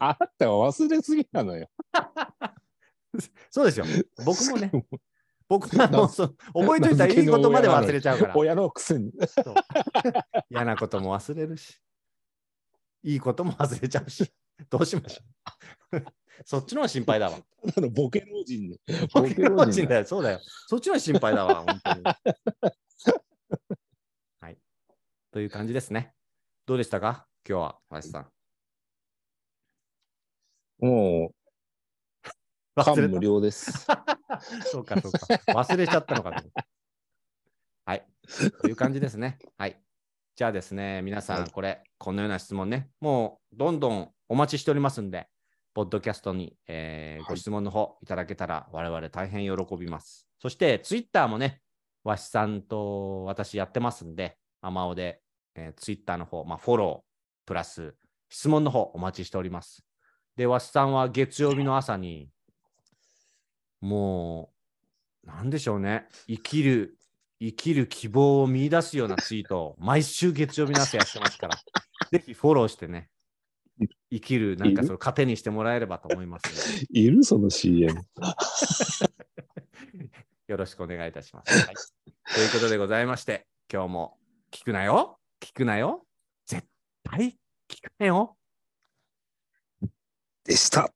Speaker 2: あなたは忘れすぎなのよ。
Speaker 1: そうですよ。僕もね。僕は
Speaker 2: な
Speaker 1: も
Speaker 2: ん
Speaker 1: うそう覚えといたらいいことまで忘れちゃうから。
Speaker 2: 親のくせに。
Speaker 1: そう嫌なことも忘れるし、いいことも忘れちゃうし、どうしましょう。 そっちの方が心配だわ。
Speaker 2: あのボケ老人ね。
Speaker 1: ポケモン人だよ、そうだよ。そっちの方が心配だわ、本当に。はい。という感じですね。どうでしたか今日は、林さん。
Speaker 2: もう、
Speaker 1: 忘
Speaker 2: 感
Speaker 1: れ
Speaker 2: 無
Speaker 1: た
Speaker 2: 量です。
Speaker 1: そうか、そうか。忘れちゃったのかと思った。はい。という感じですね。はい。じゃあですね、皆さ
Speaker 2: は
Speaker 1: ん、これ、このような質問ね、もうどんどんお待ちしておりますんで、ポッドキャストに、えー
Speaker 2: はい
Speaker 1: ご質問の方いただけたら、我々大変喜びます。そして、ツイッターもね、わしさんと私やってますんで、アマオで、えー、ツイッターの方、まあ、フォロー、プラス、質問の方お待ちしております。で、わしさんは月曜日の朝に、もう、なんでしょうね、生きる、生きる希望を見出すようなツイートを、毎週月曜日の朝やってますから、ぜひフォローしてね、生きる、なんかそれ糧にしてもらえればと思いますので。
Speaker 2: いるその CM。
Speaker 1: よろしくお願いいたします。はい、ということでございまして、今日も聞くなよ、聞くなよ、絶対聞くなよ。
Speaker 2: でした。